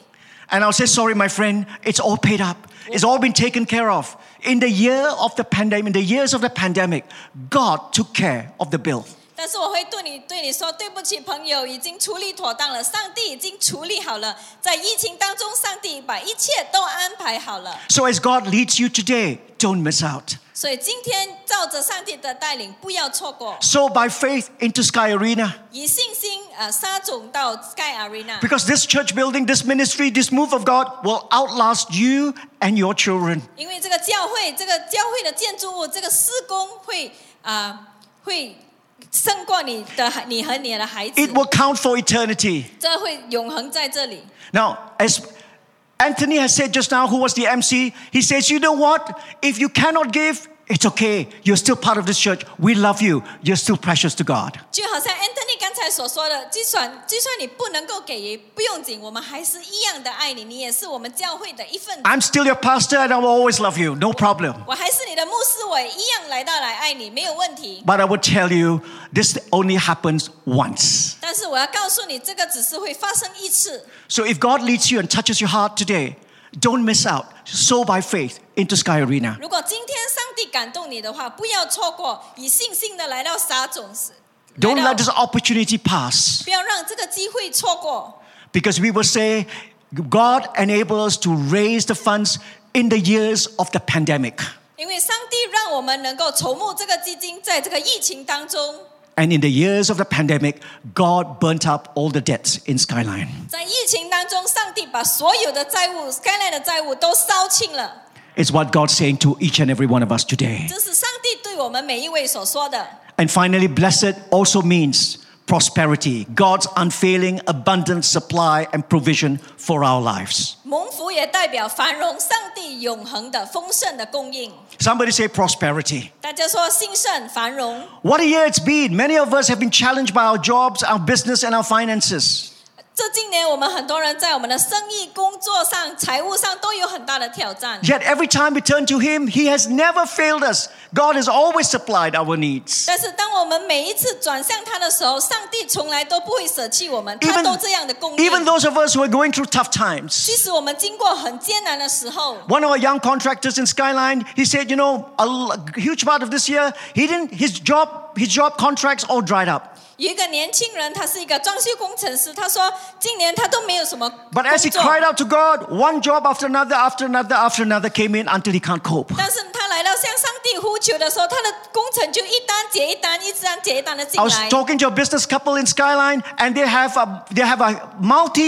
Speaker 2: And I'll say, Sorry, my friend, it's all paid up, it's all been taken care of. In the year of the pandemic, in the years of the pandemic, God took care of the bill. ”
Speaker 3: 但是我会对你对你说：“对不起，朋友，已经处理妥当了，上帝已经处理好了，在疫情当中，上帝把一切都安排好了。
Speaker 2: So as God leads you today, don't miss out.
Speaker 3: 所以今天照着上帝的带领，不要错过，
Speaker 2: So by faith into Sky Arena.
Speaker 3: 以信心啊撒种到 Sky Arena。”
Speaker 2: Because this church building, this ministry, this move of God will outlast you and your children.
Speaker 3: 因为这个教会，这个教会的建筑物，这个施工会啊、会胜过你的孩你和你的孩子
Speaker 2: It will count for eternity.
Speaker 3: 这会永恒在这里。
Speaker 2: Now, as Anthony has said just now, who was the MC, he says, You know what? If you cannot give, it's okay. You're still part of this church. We love you. You're still precious to God.
Speaker 3: 就好像 Anthony 刚才所说的，就算就算你不能够给予，不用紧，我们还是一样的爱你，你也是我们教会的一份子。
Speaker 2: I'm still your pastor and I will always love you. No problem.
Speaker 3: 我还是你的牧师，我也一样来到来爱你，没有问题。
Speaker 2: But I will tell you, this only happens once.
Speaker 3: 但是我要告诉你，这个只是会发生一次。
Speaker 2: So if God leads you and touches your heart today, don't miss out. Sow by faith into Sky Arena.
Speaker 3: 如果今天上帝感动你的话，不要错过，以信心的来到撒种时。
Speaker 2: Don't
Speaker 3: 来到
Speaker 2: let this opportunity pass
Speaker 3: 不要让这个机会错过。
Speaker 2: because we will say, God enabled us to raise the funds in the years of the pandemic
Speaker 3: 因为上帝让我们能够筹募这个基金，在这个疫情当中，
Speaker 2: and in the years of the pandemic god burnt up all the debts in skyline
Speaker 3: 在疫情当中，上帝把所有的债务、Skyline 的债务都烧清了。
Speaker 2: it's what god's saying to each and every one of us today
Speaker 3: 这是上帝对我们每一位所说的。
Speaker 2: and finally blessed also means prosperity god's unfailing abundant supply and provision for our lives
Speaker 3: 蒙福也代表繁荣，上帝永恒的丰盛的供应。
Speaker 2: somebody say prosperity
Speaker 3: 大家说兴盛繁荣，
Speaker 2: what a year it's been many of us have been challenged by our jobs our business and our finances
Speaker 3: 这今年我们很多人在我们的生意、工作上、财务上都有很大的挑战。
Speaker 2: Yet every time we turn to Him, He has never failed us. God has always supplied our needs.
Speaker 3: 但是当我们每一次转向他的时候，上帝从来都不会舍弃我们，他
Speaker 2: Even,
Speaker 3: 都这样的供应。
Speaker 2: even those of us who are going through tough
Speaker 3: 即
Speaker 2: times.
Speaker 3: 使我们经过很艰难的时候，
Speaker 2: One of our young contractors in Skyline, he said, you know, a l- huge part of this year, he didn't, his job, his job contracts all dried up.
Speaker 3: 有一个年轻人，他是一个装修工程师，他说今年他都没有什么
Speaker 2: But as he
Speaker 3: 工作
Speaker 2: cried out to God, one job after another, after another, after another came in until he can't cope.
Speaker 3: 但是他来到向上帝呼求的时候，他的工程就一单接一单，一单接一单的进
Speaker 2: I was
Speaker 3: 来。
Speaker 2: talking to a business couple in Skyline, and they have a, they have a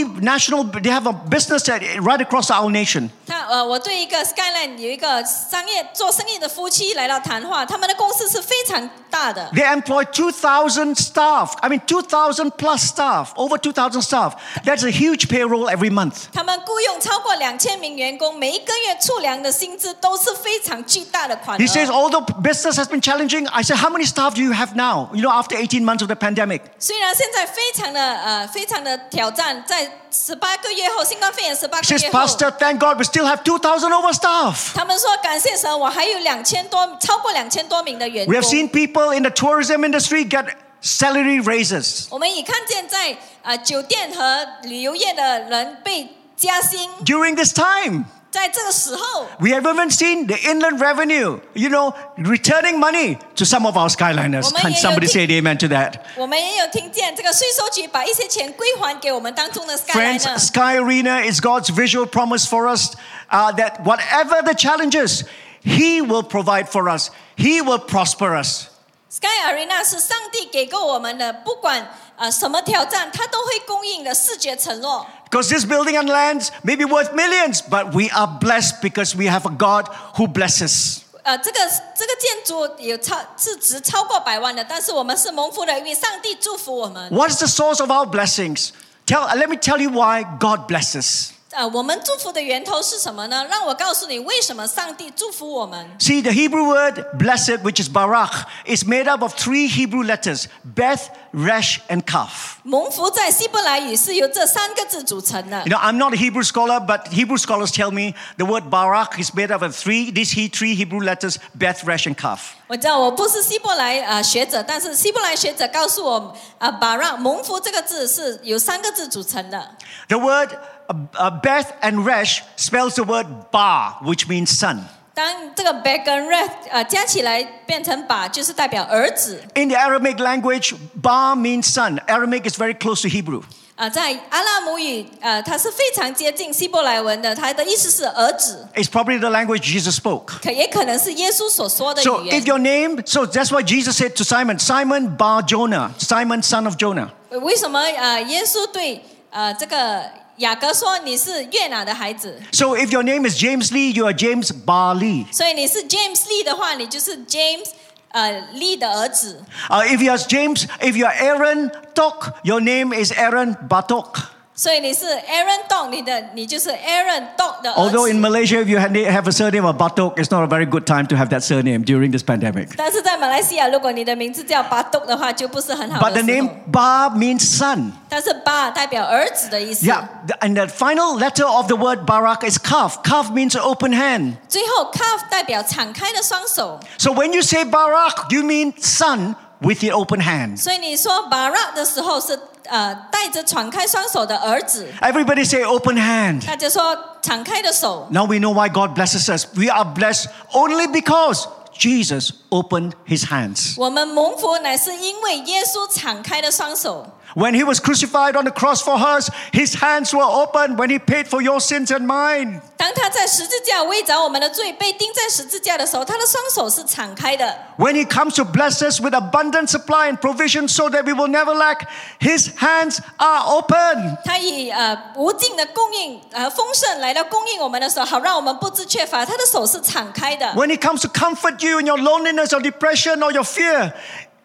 Speaker 2: multinational, they have a business that- right across our nation.
Speaker 3: 他呃，我对一个 Skyline 有一个商业做生意的夫妻来到谈话，他们的公司是非常大的，
Speaker 2: They employ 2,000 staff. I mean, 2,000 plus staff, over 2,000 staff. That's a huge payroll every month.
Speaker 3: 他们雇佣超过两千名员工，每一个月出粮的薪资都是非常巨大的款
Speaker 2: He says, "Oh-"
Speaker 3: 额。
Speaker 2: although business has been challenging, I said, how many staff do you have now? You know, after 18 months of the pandemic.
Speaker 3: 虽然现在非常的呃非常的挑战，在十八个月后，新冠肺炎十八
Speaker 2: He
Speaker 3: 个
Speaker 2: says,
Speaker 3: 月后。
Speaker 2: Pastor, thank God we still have 2,000 over staff.
Speaker 3: 他们说感谢神，我还有两千多，超过两千多名的员
Speaker 2: We
Speaker 3: 工
Speaker 2: have。seen people in the tourism industry get salary raises.
Speaker 3: 我们已看见在呃酒店和旅游业的人被加薪，
Speaker 2: During this time,
Speaker 3: 在这个时候，
Speaker 2: we have even seen the inland revenue, you know, returning money to some of our skyliners.
Speaker 3: Woman,
Speaker 2: Can
Speaker 3: you- you
Speaker 2: somebody
Speaker 3: think-
Speaker 2: say an amen to that?
Speaker 3: 我们也有听见这个税收局把一些钱归还给我们当中的
Speaker 2: Friends,
Speaker 3: Skyliner。
Speaker 2: Sky Arena is God's visual promise for us uh, that whatever the challenges, He will provide for us. He will prosper us.
Speaker 3: Sky Arena 是上帝给过我们的，不管呃什么挑战，他都会供应的视觉承诺。
Speaker 2: Because this building and lands may be worth millions, but we are blessed because we have a God who blesses.
Speaker 3: 呃，这个这个建筑有超是值超过百万的，但是我们是蒙福的，因为上帝祝福我们。
Speaker 2: What is the source of our blessings? Tell, uh, let me tell you why God blesses.
Speaker 3: 呃呃，我们祝福的源头是什么呢？让我告诉你，为什么上帝祝福我们。
Speaker 2: See, the Hebrew word blessed, which is barach, is made up of three Hebrew letters Beth, Resh, and Kaf.
Speaker 3: 蒙福在希伯来语是由这三个字组成的
Speaker 2: You。know, I'm not a Hebrew scholar, but Hebrew scholars tell me the word barach is made up of three, these he- three Hebrew letters Beth, Resh, and Kaf.
Speaker 3: 我知道我不是希伯来呃学者，但是希伯来学者告诉我，呃，巴让蒙福这个字是由三个字组成的。
Speaker 2: The word uh, uh, Beth and Resh spells the word Ba, which means son.
Speaker 3: 当这个 b a g a n r e t 呃加起来变成把，就是代表儿子。
Speaker 2: In the Aramaic language, Ba means son. Aramaic is very close to Hebrew.
Speaker 3: 啊、在阿拉姆语，呃，它是非常接近希伯来文的，它的意思是儿子，
Speaker 2: It's probably the language Jesus spoke.
Speaker 3: 可也可能是耶稣所说的
Speaker 2: So
Speaker 3: 语
Speaker 2: if
Speaker 3: 言。
Speaker 2: your name, so that's why Jesus said to Simon, Simon bar Jonah, Simon son of Jonah.
Speaker 3: 为什么呃，耶稣对呃这个雅各说你是越南的孩子？
Speaker 2: So if your name is James Lee, you are James Bar Lee.
Speaker 3: 所以你是 James Lee 的话，你就是 James 呃 Lee 的儿子。
Speaker 2: Uh, if you are James, if you are Aaron Tok, your name is Aaron Batok.
Speaker 3: 所以你是 Aaron Dog，你的你就是 Aaron Dog 的儿
Speaker 2: Although in
Speaker 3: 子。
Speaker 2: Malaysia, if you had- have a surname of Batok, it's not a very good time to have that surname during this pandemic.
Speaker 3: 但是在马来西亚，如果你的名字叫巴豆的话，就不是很好
Speaker 2: But
Speaker 3: 的
Speaker 2: the
Speaker 3: 时候
Speaker 2: name。Ba means son.
Speaker 3: 但是巴代表儿子的意思。
Speaker 2: Yeah. The- And the final letter of the word Barak is Kaf. Kaf means open hand.
Speaker 3: 最后 calf 代表敞开的双手，
Speaker 2: So when you say Barak, you mean son with the open hand.
Speaker 3: 所以你说 barak 的时候是呃带着敞开双手的儿子，
Speaker 2: Everybody say open hand.
Speaker 3: 大家说敞开的手。
Speaker 2: Now we know why God blesses us. We are blessed only because Jesus opened his hands.
Speaker 3: 我们蒙福乃是因为耶稣敞开的双手。
Speaker 2: When he was crucified on the cross for us, his hands were open when he paid for your sins and mine.
Speaker 3: 当他在十字架为着我们的罪被钉在十字架的时候，他的双手是敞开的。
Speaker 2: When he comes to bless us with abundant supply and provision so that we will never lack, his hands are open.
Speaker 3: 他以呃无尽的供应呃丰盛来到供应我们的时候，好让我们不知缺乏。他的手是敞开的。
Speaker 2: When he comes to comfort you in your loneliness or depression or your fear,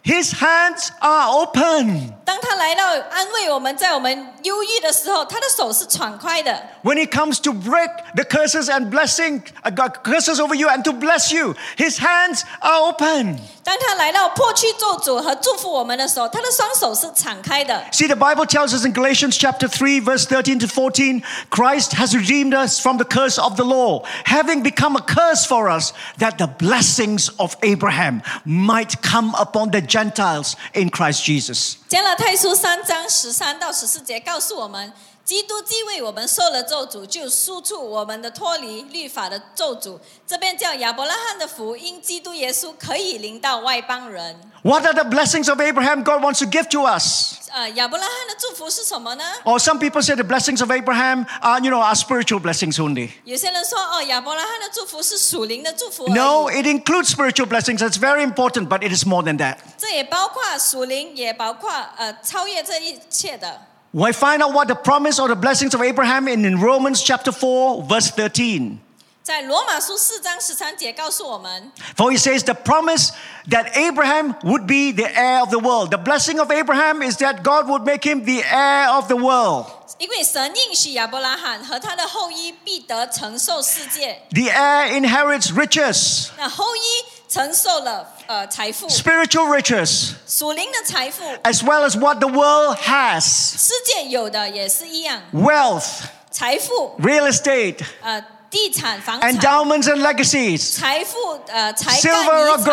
Speaker 2: his hands are open.
Speaker 3: 当他来到安慰我们，在我们忧郁的时候，他的手是敞开的。
Speaker 2: When he comes to break the curses and blessing, uh, God curses over you and to bless you, his hands are open.
Speaker 3: 当他来到破去咒诅和祝福我们的时候，他的双手是敞开的。
Speaker 2: See, the Bible tells us in Galatians chapter 3, verse 13 to 14, Christ has redeemed us from the curse of the law, having become a curse for us, that the blessings of Abraham might come upon the Gentiles in Christ Jesus.
Speaker 3: 加拉太书三章十三到十四节告诉我们，基督既为我们受了咒诅，就输出我们的脱离律法的咒诅。这边叫亚伯拉罕的福，因基督耶稣可以临到外邦人。
Speaker 2: What are the blessings of Abraham God wants to give to us?
Speaker 3: 呃，亚伯拉罕的祝福是什么呢？
Speaker 2: Or some people say the blessings of Abraham are, you know, are spiritual blessings only.
Speaker 3: 有些人说，哦，亚伯拉罕的祝福是属灵的祝福而已
Speaker 2: No, it includes spiritual blessings. That's very important, but it is more than that.
Speaker 3: 这也包括属灵，也包括呃超越这一切的。
Speaker 2: We find out what the promise or the blessings of Abraham in, in Romans chapter 4, verse 13.
Speaker 3: 在罗马书四章十三节告诉我们，
Speaker 2: For he says the promise that Abraham would be the heir of the world. The blessing of Abraham is that God would make him the heir of the world,
Speaker 3: 因为神应许亚伯拉罕和他的后裔必得承受世界，
Speaker 2: the heir inherits riches,
Speaker 3: 那后裔承受了呃财富，
Speaker 2: spiritual riches,
Speaker 3: 属灵的财富，
Speaker 2: as well as what the world has
Speaker 3: 世界有的也是一样，
Speaker 2: wealth,
Speaker 3: 财富
Speaker 2: real estate,
Speaker 3: 呃地产房产，
Speaker 2: endowments, and legacies.
Speaker 3: 财富呃财
Speaker 2: Silver or
Speaker 3: 干遗
Speaker 2: gold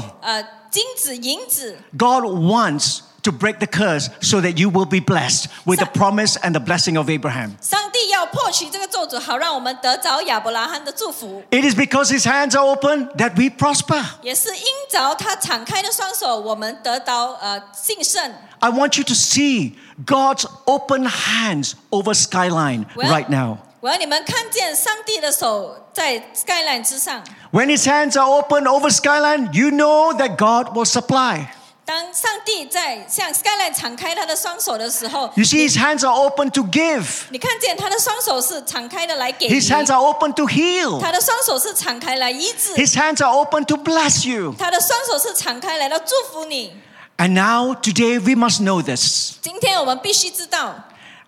Speaker 3: 产，呃金子银子，
Speaker 2: God wants to break the curse so that you will be blessed with the
Speaker 3: Sa-
Speaker 2: promise and the blessing of Abraham.
Speaker 3: 上帝要破除这个咒诅，好让我们得着亚伯拉罕的祝福。
Speaker 2: It is because his hands are open that we prosper.
Speaker 3: 也是因着他敞开的双手，我们得到呃兴盛。
Speaker 2: I want you to see God's open hands over skyline
Speaker 3: 我要
Speaker 2: right now.
Speaker 3: 我要你们看见上帝的手在 skyline 之上。
Speaker 2: When his hands are open over skyline, you know that God will supply.
Speaker 3: 当上帝在向 skyline 敞开他的双手的时候，
Speaker 2: You see, his hands are open to give.
Speaker 3: 你看见他的双手是敞开的来给你，
Speaker 2: His hands
Speaker 3: 他
Speaker 2: are open to heal.
Speaker 3: 的双手是敞开来医治，
Speaker 2: His hands are open to bless you.
Speaker 3: 他的双手是敞开来到祝福你。
Speaker 2: And now, today, we must know this.
Speaker 3: 今天我们必须知道，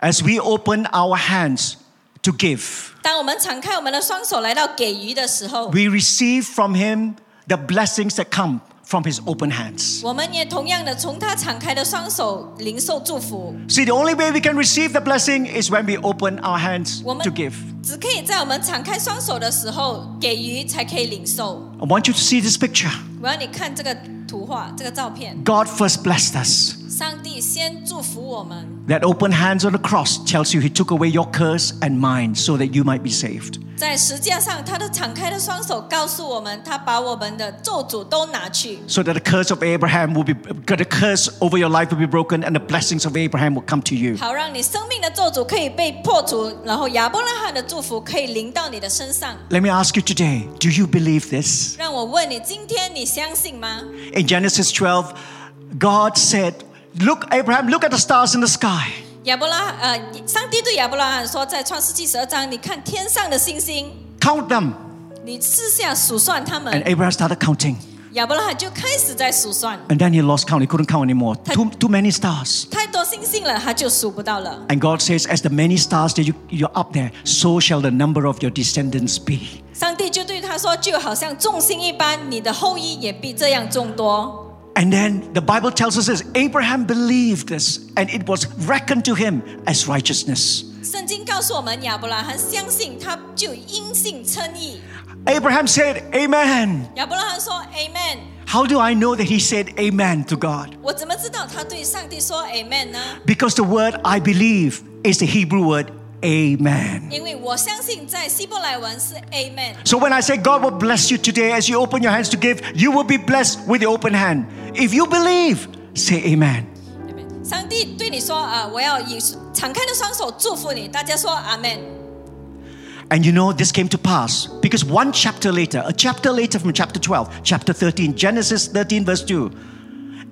Speaker 2: As we open our hands to give.
Speaker 3: 当我们敞开我们的双手来到给予的时候，
Speaker 2: We receive from Him the blessings that come from His open hands.
Speaker 3: 我们也同样的从他敞开的双手领受祝福。
Speaker 2: See, the only way we can receive the blessing is when we open our hands
Speaker 3: 我们
Speaker 2: to give.
Speaker 3: 只可以在我们敞开双手的时候给予，才可以领受。
Speaker 2: I want you to see this picture.
Speaker 3: 我要你看这个图画，这个照片。
Speaker 2: God first blessed us.
Speaker 3: 上帝先祝福我们，
Speaker 2: That open hands on the cross tells you He took away your curse and mine so that you might be saved.
Speaker 3: 在十架上，他的敞开的双手告诉我们，他把我们的咒诅都拿去，
Speaker 2: So that the curse of Abraham will be, the curse over your life will be broken and the blessings of Abraham will come to you.
Speaker 3: 好让你生命的咒诅可以被破除，然后亚伯拉罕的祝福可以临到你的身上。
Speaker 2: Let me ask you today do you believe this?
Speaker 3: 让我问你，今天你相信吗？
Speaker 2: In Genesis 12, God said, Look, Abraham, look at the stars in the sky.
Speaker 3: 亚伯拉呃，上帝对亚伯拉罕说，在创世纪十二章，你看天上的星星，
Speaker 2: Count them.
Speaker 3: 你四下数算他
Speaker 2: And
Speaker 3: 们。
Speaker 2: Abraham started counting.
Speaker 3: 亚伯拉罕就开始在数算，
Speaker 2: And then he lost count. He couldn't count anymore. Too, too many stars.
Speaker 3: 太多星星了，他就数不到了。
Speaker 2: And God says, As the many stars that you, you're up there, so shall the number of your descendants be.
Speaker 3: 上帝就对他说，就好像众星一般，你的后裔也必这样众多。
Speaker 2: And then the Bible tells us this Abraham believed this, and it was reckoned to him as righteousness.
Speaker 3: 圣经告诉我们，亚伯拉罕相信，他就因信称义。
Speaker 2: Abraham said, Amen.
Speaker 3: 亚伯拉罕说：“Amen。
Speaker 2: How do I know that he said Amen to God? ”
Speaker 3: 我怎么知道他对上帝说 “Amen” 呢？
Speaker 2: Because the word I believe is the Hebrew word Amen.
Speaker 3: 因为我相信在希伯来文是 “Amen”。
Speaker 2: So when I say God will bless you today as you open your hands to give, you will be blessed with the open hand. If you believe, say Amen.
Speaker 3: 上帝对你说：“啊，我要以敞开的双手祝福你。”大家说 “Amen”。
Speaker 2: And you know, this came to pass because one chapter later, a chapter later from chapter 12, chapter 13, Genesis 13, verse 2,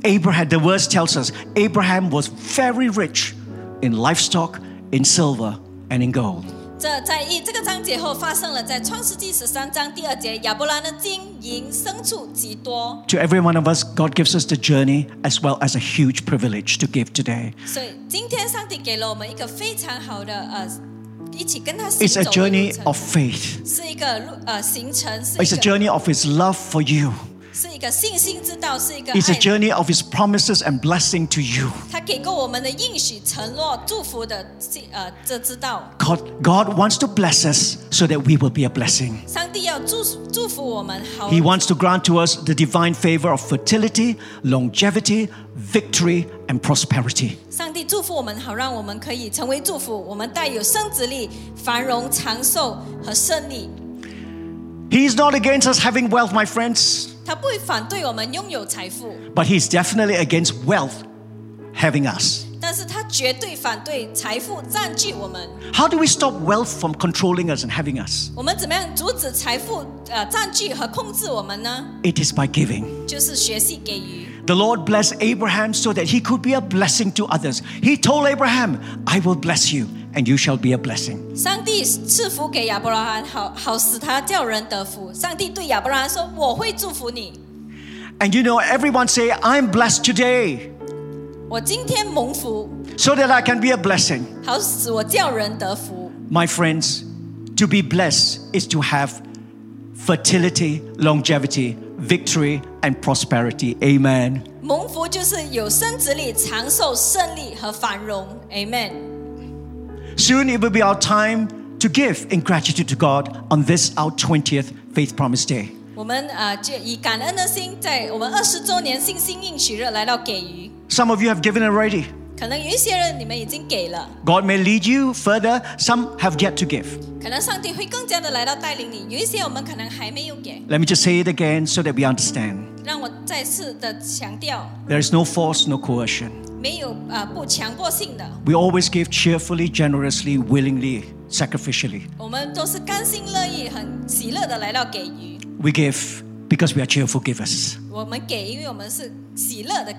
Speaker 2: Abraham, the verse tells us, Abraham was very rich in livestock, in silver, and in gold.
Speaker 3: 这在一这个章节后发生了，在创世纪十三章第二节，亚伯拉的金银牲畜极多，
Speaker 2: To every one of us, God gives us the journey as well as a huge privilege to give today.
Speaker 3: 所以今天上帝给了我们一个非常好的呃，一起跟他行
Speaker 2: It's
Speaker 3: 走
Speaker 2: a
Speaker 3: 的路
Speaker 2: journey
Speaker 3: 程
Speaker 2: of faith,
Speaker 3: 是一个路呃行程，是
Speaker 2: it's a
Speaker 3: 一个
Speaker 2: journey of His love for you,
Speaker 3: 是一个信心之道，是一个
Speaker 2: it's a
Speaker 3: 爱
Speaker 2: journey of His promises and blessing to you.
Speaker 3: 他给过我们的应许、承诺、祝福的这呃这之道，
Speaker 2: God, God wants to bless us so that we will be a blessing.
Speaker 3: 上帝要祝祝福我们，好
Speaker 2: He wants to grant to us the divine favor of fertility, longevity, victory, and prosperity.
Speaker 3: 上帝祝福我们，好让我们可以成为祝福，我们带有生殖力、繁荣、长寿和胜利。
Speaker 2: He is not against us having wealth, my friends,
Speaker 3: 他不会反对我们拥有财富，
Speaker 2: but He's definitely against wealth having us.
Speaker 3: 但是他绝对反对财富占据我们。
Speaker 2: How do we stop wealth from controlling us and having us?
Speaker 3: 我们怎么样阻止财富呃占据和控制我们呢？
Speaker 2: It is by giving.
Speaker 3: 就是学习给予。
Speaker 2: The Lord blessed Abraham so that he could be a blessing to others. He told Abraham, I will bless you, and you shall be a blessing.
Speaker 3: 上帝赐福给亚伯拉罕，好好使他叫人得福。上帝对亚伯拉罕说：“我会祝福你。”
Speaker 2: And you know, everyone say, I'm blessed today
Speaker 3: 我今天蒙福，
Speaker 2: so that I can be a blessing.
Speaker 3: 好使我叫人得福。
Speaker 2: My friends, to be blessed is to have fertility, longevity, victory, and prosperity. Amen.
Speaker 3: 蒙福就是有生殖力、长寿、胜利和繁荣。Amen。
Speaker 2: Soon it will be our time to give in gratitude to God on this our 20th Faith Promise Day.
Speaker 3: 我们呃，就以感恩的心，在我们二十周年信心应许日来到给予。
Speaker 2: Some of you have given already.
Speaker 3: 可能有一些人你们已经给了，
Speaker 2: God may lead you further, some have yet to give.
Speaker 3: 可能上帝会更加的来到带领你。有一些我们可能还没有给，
Speaker 2: Let me just say it again so that we understand.
Speaker 3: 让我再次的强调，
Speaker 2: There is no force, no coercion.
Speaker 3: 没有呃不强迫性的，
Speaker 2: We always give cheerfully, generously, willingly, sacrificially.
Speaker 3: 我们都是甘心乐意、很喜乐的来到给予。
Speaker 2: We give because we are cheerful givers.
Speaker 3: 我们给，因为我们是喜乐的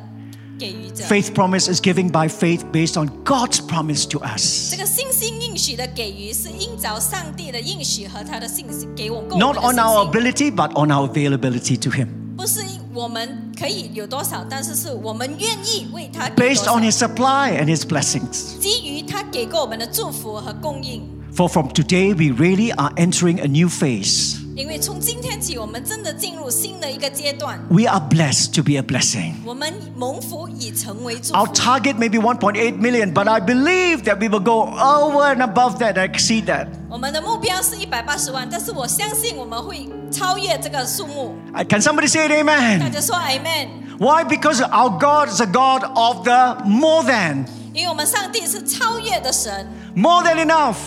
Speaker 3: 给予者。
Speaker 2: Faith promise is giving by faith based on God's promise to
Speaker 3: 这
Speaker 2: us.
Speaker 3: 个信心应许的给予，是因着上帝的应许和他的信心给我们够我
Speaker 2: Not
Speaker 3: 们
Speaker 2: on
Speaker 3: 的
Speaker 2: our
Speaker 3: 信心
Speaker 2: ability, but on our availability to Him.
Speaker 3: 不是我们可以有多少，但是是我们愿意为他给
Speaker 2: Based
Speaker 3: 多
Speaker 2: on
Speaker 3: 少
Speaker 2: His supply and His blessings.
Speaker 3: 基于他给过我们的祝福和供应。
Speaker 2: For from today, we really are entering a new phase.
Speaker 3: 因为从今天起，我们真的进入新的一个阶段，
Speaker 2: We are blessed to be a blessing.
Speaker 3: 我们蒙福已成为祝
Speaker 2: Our
Speaker 3: 福。
Speaker 2: target may be 1.8 million, but I believe that we will go over and above that and exceed that.
Speaker 3: 我们的目标是一百八十万，但是我相信我们会超越这个数目。
Speaker 2: Uh, Can somebody say it, amen?
Speaker 3: 大家说 Amen，
Speaker 2: Why? Because our God is a God of the more than,
Speaker 3: 因为我们上帝是超越的神，
Speaker 2: more than enough,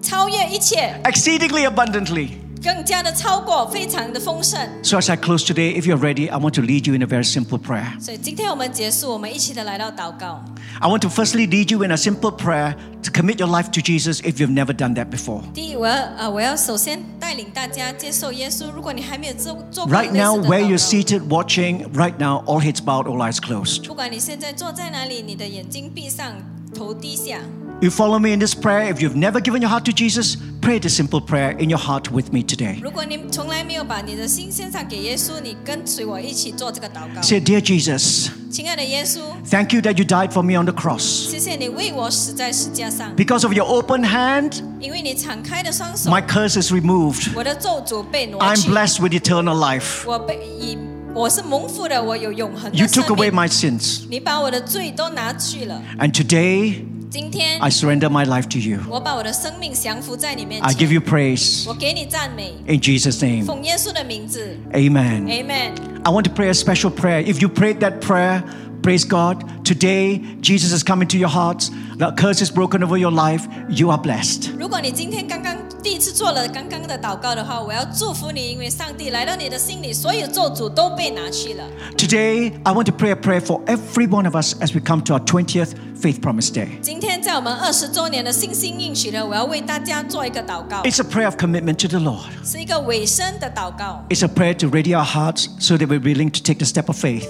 Speaker 3: 超越一切，
Speaker 2: exceedingly abundantly.
Speaker 3: 更加的超过，非常的丰盛。
Speaker 2: So, as I close today, if you're ready, I want to lead you in a very simple prayer.
Speaker 3: 所以今天我们结束，我们一起的来到祷告。
Speaker 2: I want to firstly lead you in a simple prayer to commit your life to Jesus if you've never done that before.
Speaker 3: 第一，我要呃，我要首先带领大家接受耶稣。如果你还没有做做过
Speaker 2: Right
Speaker 3: 类似的
Speaker 2: now,
Speaker 3: 祷告
Speaker 2: where you're seated watching, right now, all heads bowed, all eyes closed.
Speaker 3: 不管你现在坐在哪里，你的眼睛闭上，头低下。
Speaker 2: You follow me in this prayer. If you've never given your heart to Jesus, pray this simple prayer in your heart with me today.
Speaker 3: 如果你从来没有把你的心献上给耶稣，你跟随我一起做这个祷告。
Speaker 2: Say, Dear Jesus,
Speaker 3: 亲爱的耶稣，
Speaker 2: thank you that you died for me on the cross.
Speaker 3: 谢谢你为我死在十字架上，
Speaker 2: Because of your open hand,
Speaker 3: 因为你敞开的双手
Speaker 2: my，curse is removed.
Speaker 3: 我的咒诅被挪
Speaker 2: I'm
Speaker 3: 去。
Speaker 2: blessed with eternal life.
Speaker 3: 我被以我是蒙福的，我有永恒
Speaker 2: You
Speaker 3: 的生
Speaker 2: took away
Speaker 3: 命。
Speaker 2: my sins.
Speaker 3: 你把我的罪都拿去了。
Speaker 2: And today,
Speaker 3: 今天
Speaker 2: I surrender my life to you.
Speaker 3: 我把我的生命降服在你面
Speaker 2: I give
Speaker 3: 前，
Speaker 2: you praise
Speaker 3: 我给你赞美，
Speaker 2: in Jesus' name.
Speaker 3: 奉耶稣的名字
Speaker 2: Amen.
Speaker 3: eh. ，Amen。
Speaker 2: I want to pray a special prayer. If you prayed that prayer, praise God. Today, Jesus is coming to your hearts. The curse is broken over your life. You are blessed.
Speaker 3: 如果你今天刚刚第一次做了刚刚的祷告的话，我要祝福你，因为上帝来到你的心里，所有咒诅都被拿去了。
Speaker 2: Today, I want to pray a prayer for every one of us as we come to our 20th Faith Promise Day.
Speaker 3: 今天在我们二十周年的信心应许呢，我要为大家做一个祷告，
Speaker 2: It's a prayer of commitment to the Lord.
Speaker 3: 是一个尾声的祷告，
Speaker 2: It's a prayer to ready our hearts so that we're willing to take the step of faith.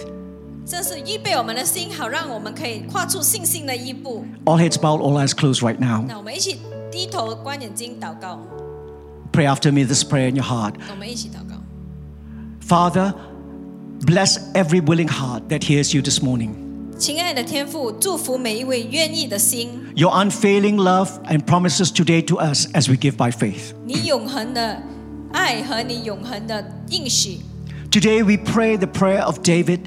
Speaker 3: 这是预备我们的心，好让我们可以跨出信心的一步。
Speaker 2: All heads bowed, all eyes closed right now.
Speaker 3: 那我们一起低头关眼睛祷告，
Speaker 2: Pray after me this prayer in your heart.
Speaker 3: 我们一起祷告。
Speaker 2: Father, bless every willing heart that hears you this morning.
Speaker 3: 亲爱的天父，祝福每一位愿意的心，
Speaker 2: Your unfailing love and promises today to us as we give by faith.
Speaker 3: 你永恒的爱和你永恒的应许。
Speaker 2: Today we pray the prayer of David.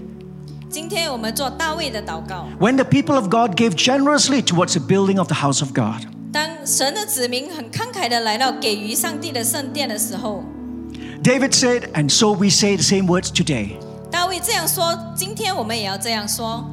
Speaker 3: 今天我们做大卫的祷告，
Speaker 2: When the people of God gave generously towards the building of the house of God,
Speaker 3: 当神的子民很慷慨的来到给予上帝的圣殿的时候，
Speaker 2: David said, and so we say the same words today.
Speaker 3: 大卫这样说，今天我们也要这样说。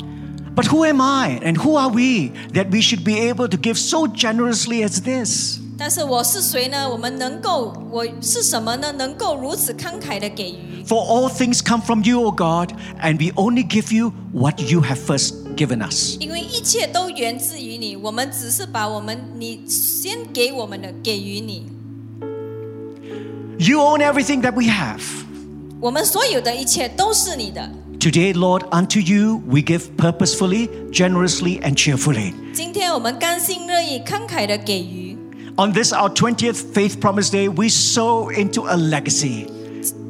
Speaker 2: But who am I and who are we that we should be able to give so generously as this?
Speaker 3: 但是我是谁呢？我们能够，我是什么呢？能够如此慷慨的给予。
Speaker 2: For all things come from you, O God, and we only give you what you have first given us.
Speaker 3: 因为一切都源自于你，我们只是把我们你先给我们的给予你，
Speaker 2: You own everything that we have.
Speaker 3: 我们所有的一切都是你的。
Speaker 2: Today, Lord, unto you we give purposefully, generously, and cheerfully.
Speaker 3: 今天我们甘心乐意、慷慨的给予。
Speaker 2: On this, our 20th Faith Promise Day, we sow into a legacy.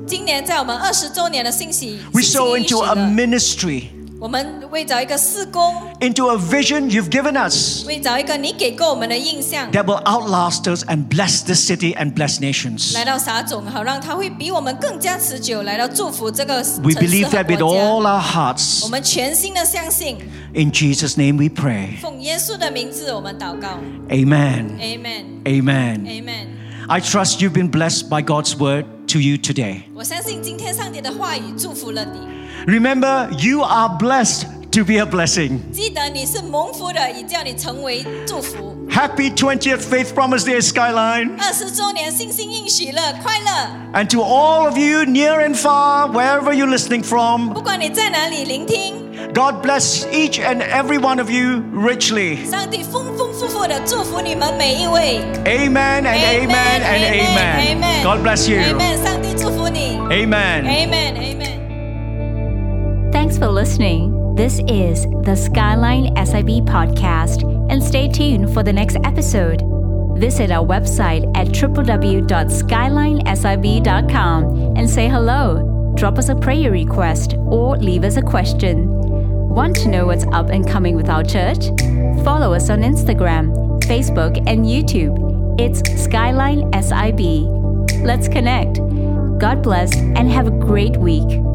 Speaker 3: 今年在我们二十周年的信息，
Speaker 2: We
Speaker 3: 信息
Speaker 2: sow
Speaker 3: 允许
Speaker 2: into a
Speaker 3: 了
Speaker 2: ministry,
Speaker 3: 我们为找一个事工，
Speaker 2: into a vision you've given us
Speaker 3: 为找一个你给过我们的印象，
Speaker 2: that will outlast us and bless this city and bless nations.
Speaker 3: 来到撒种，好让它会比我们更加持久，来到祝福这个城
Speaker 2: We
Speaker 3: 市
Speaker 2: believe
Speaker 3: 和
Speaker 2: that with
Speaker 3: 国
Speaker 2: all
Speaker 3: 家。
Speaker 2: our
Speaker 3: 我
Speaker 2: hearts.
Speaker 3: 们全心的相信，
Speaker 2: In Jesus' name we pray.
Speaker 3: 奉耶稣的名字，我们祷告
Speaker 2: Amen.
Speaker 3: ，Amen，Amen。
Speaker 2: Amen.
Speaker 3: Amen
Speaker 2: I trust you've been blessed by God's word to you today.
Speaker 3: 我相信今天上帝的话语祝福了你。
Speaker 2: Remember, you are blessed to be a blessing.
Speaker 3: 记得你是蒙福的，也叫你成为祝福。
Speaker 2: Happy 20th Faith Promise Day, Skyline.
Speaker 3: 二十周年信心应许了，快乐！
Speaker 2: And to all of you near and far, wherever you're listening from,
Speaker 3: 不管你在哪里聆听，
Speaker 2: God bless each and every one of you richly.
Speaker 3: 上帝丰丰富富的祝福你们每一位。
Speaker 2: Amen and amen, and amen.
Speaker 3: Amen.
Speaker 2: God bless you.
Speaker 3: Amen. 上帝祝福你。
Speaker 2: Amen.
Speaker 3: Amen. Amen.
Speaker 1: Thanks for listening. This is the Skyline SIB podcast, and stay tuned for the next episode. Visit our website at www.skylinesib.com and say hello, drop us a prayer request, or leave us a question. Want to know what's up and coming with our church? Follow us on Instagram, Facebook, and YouTube It's Skyline SIB. Let's connect. God bless and have a great week.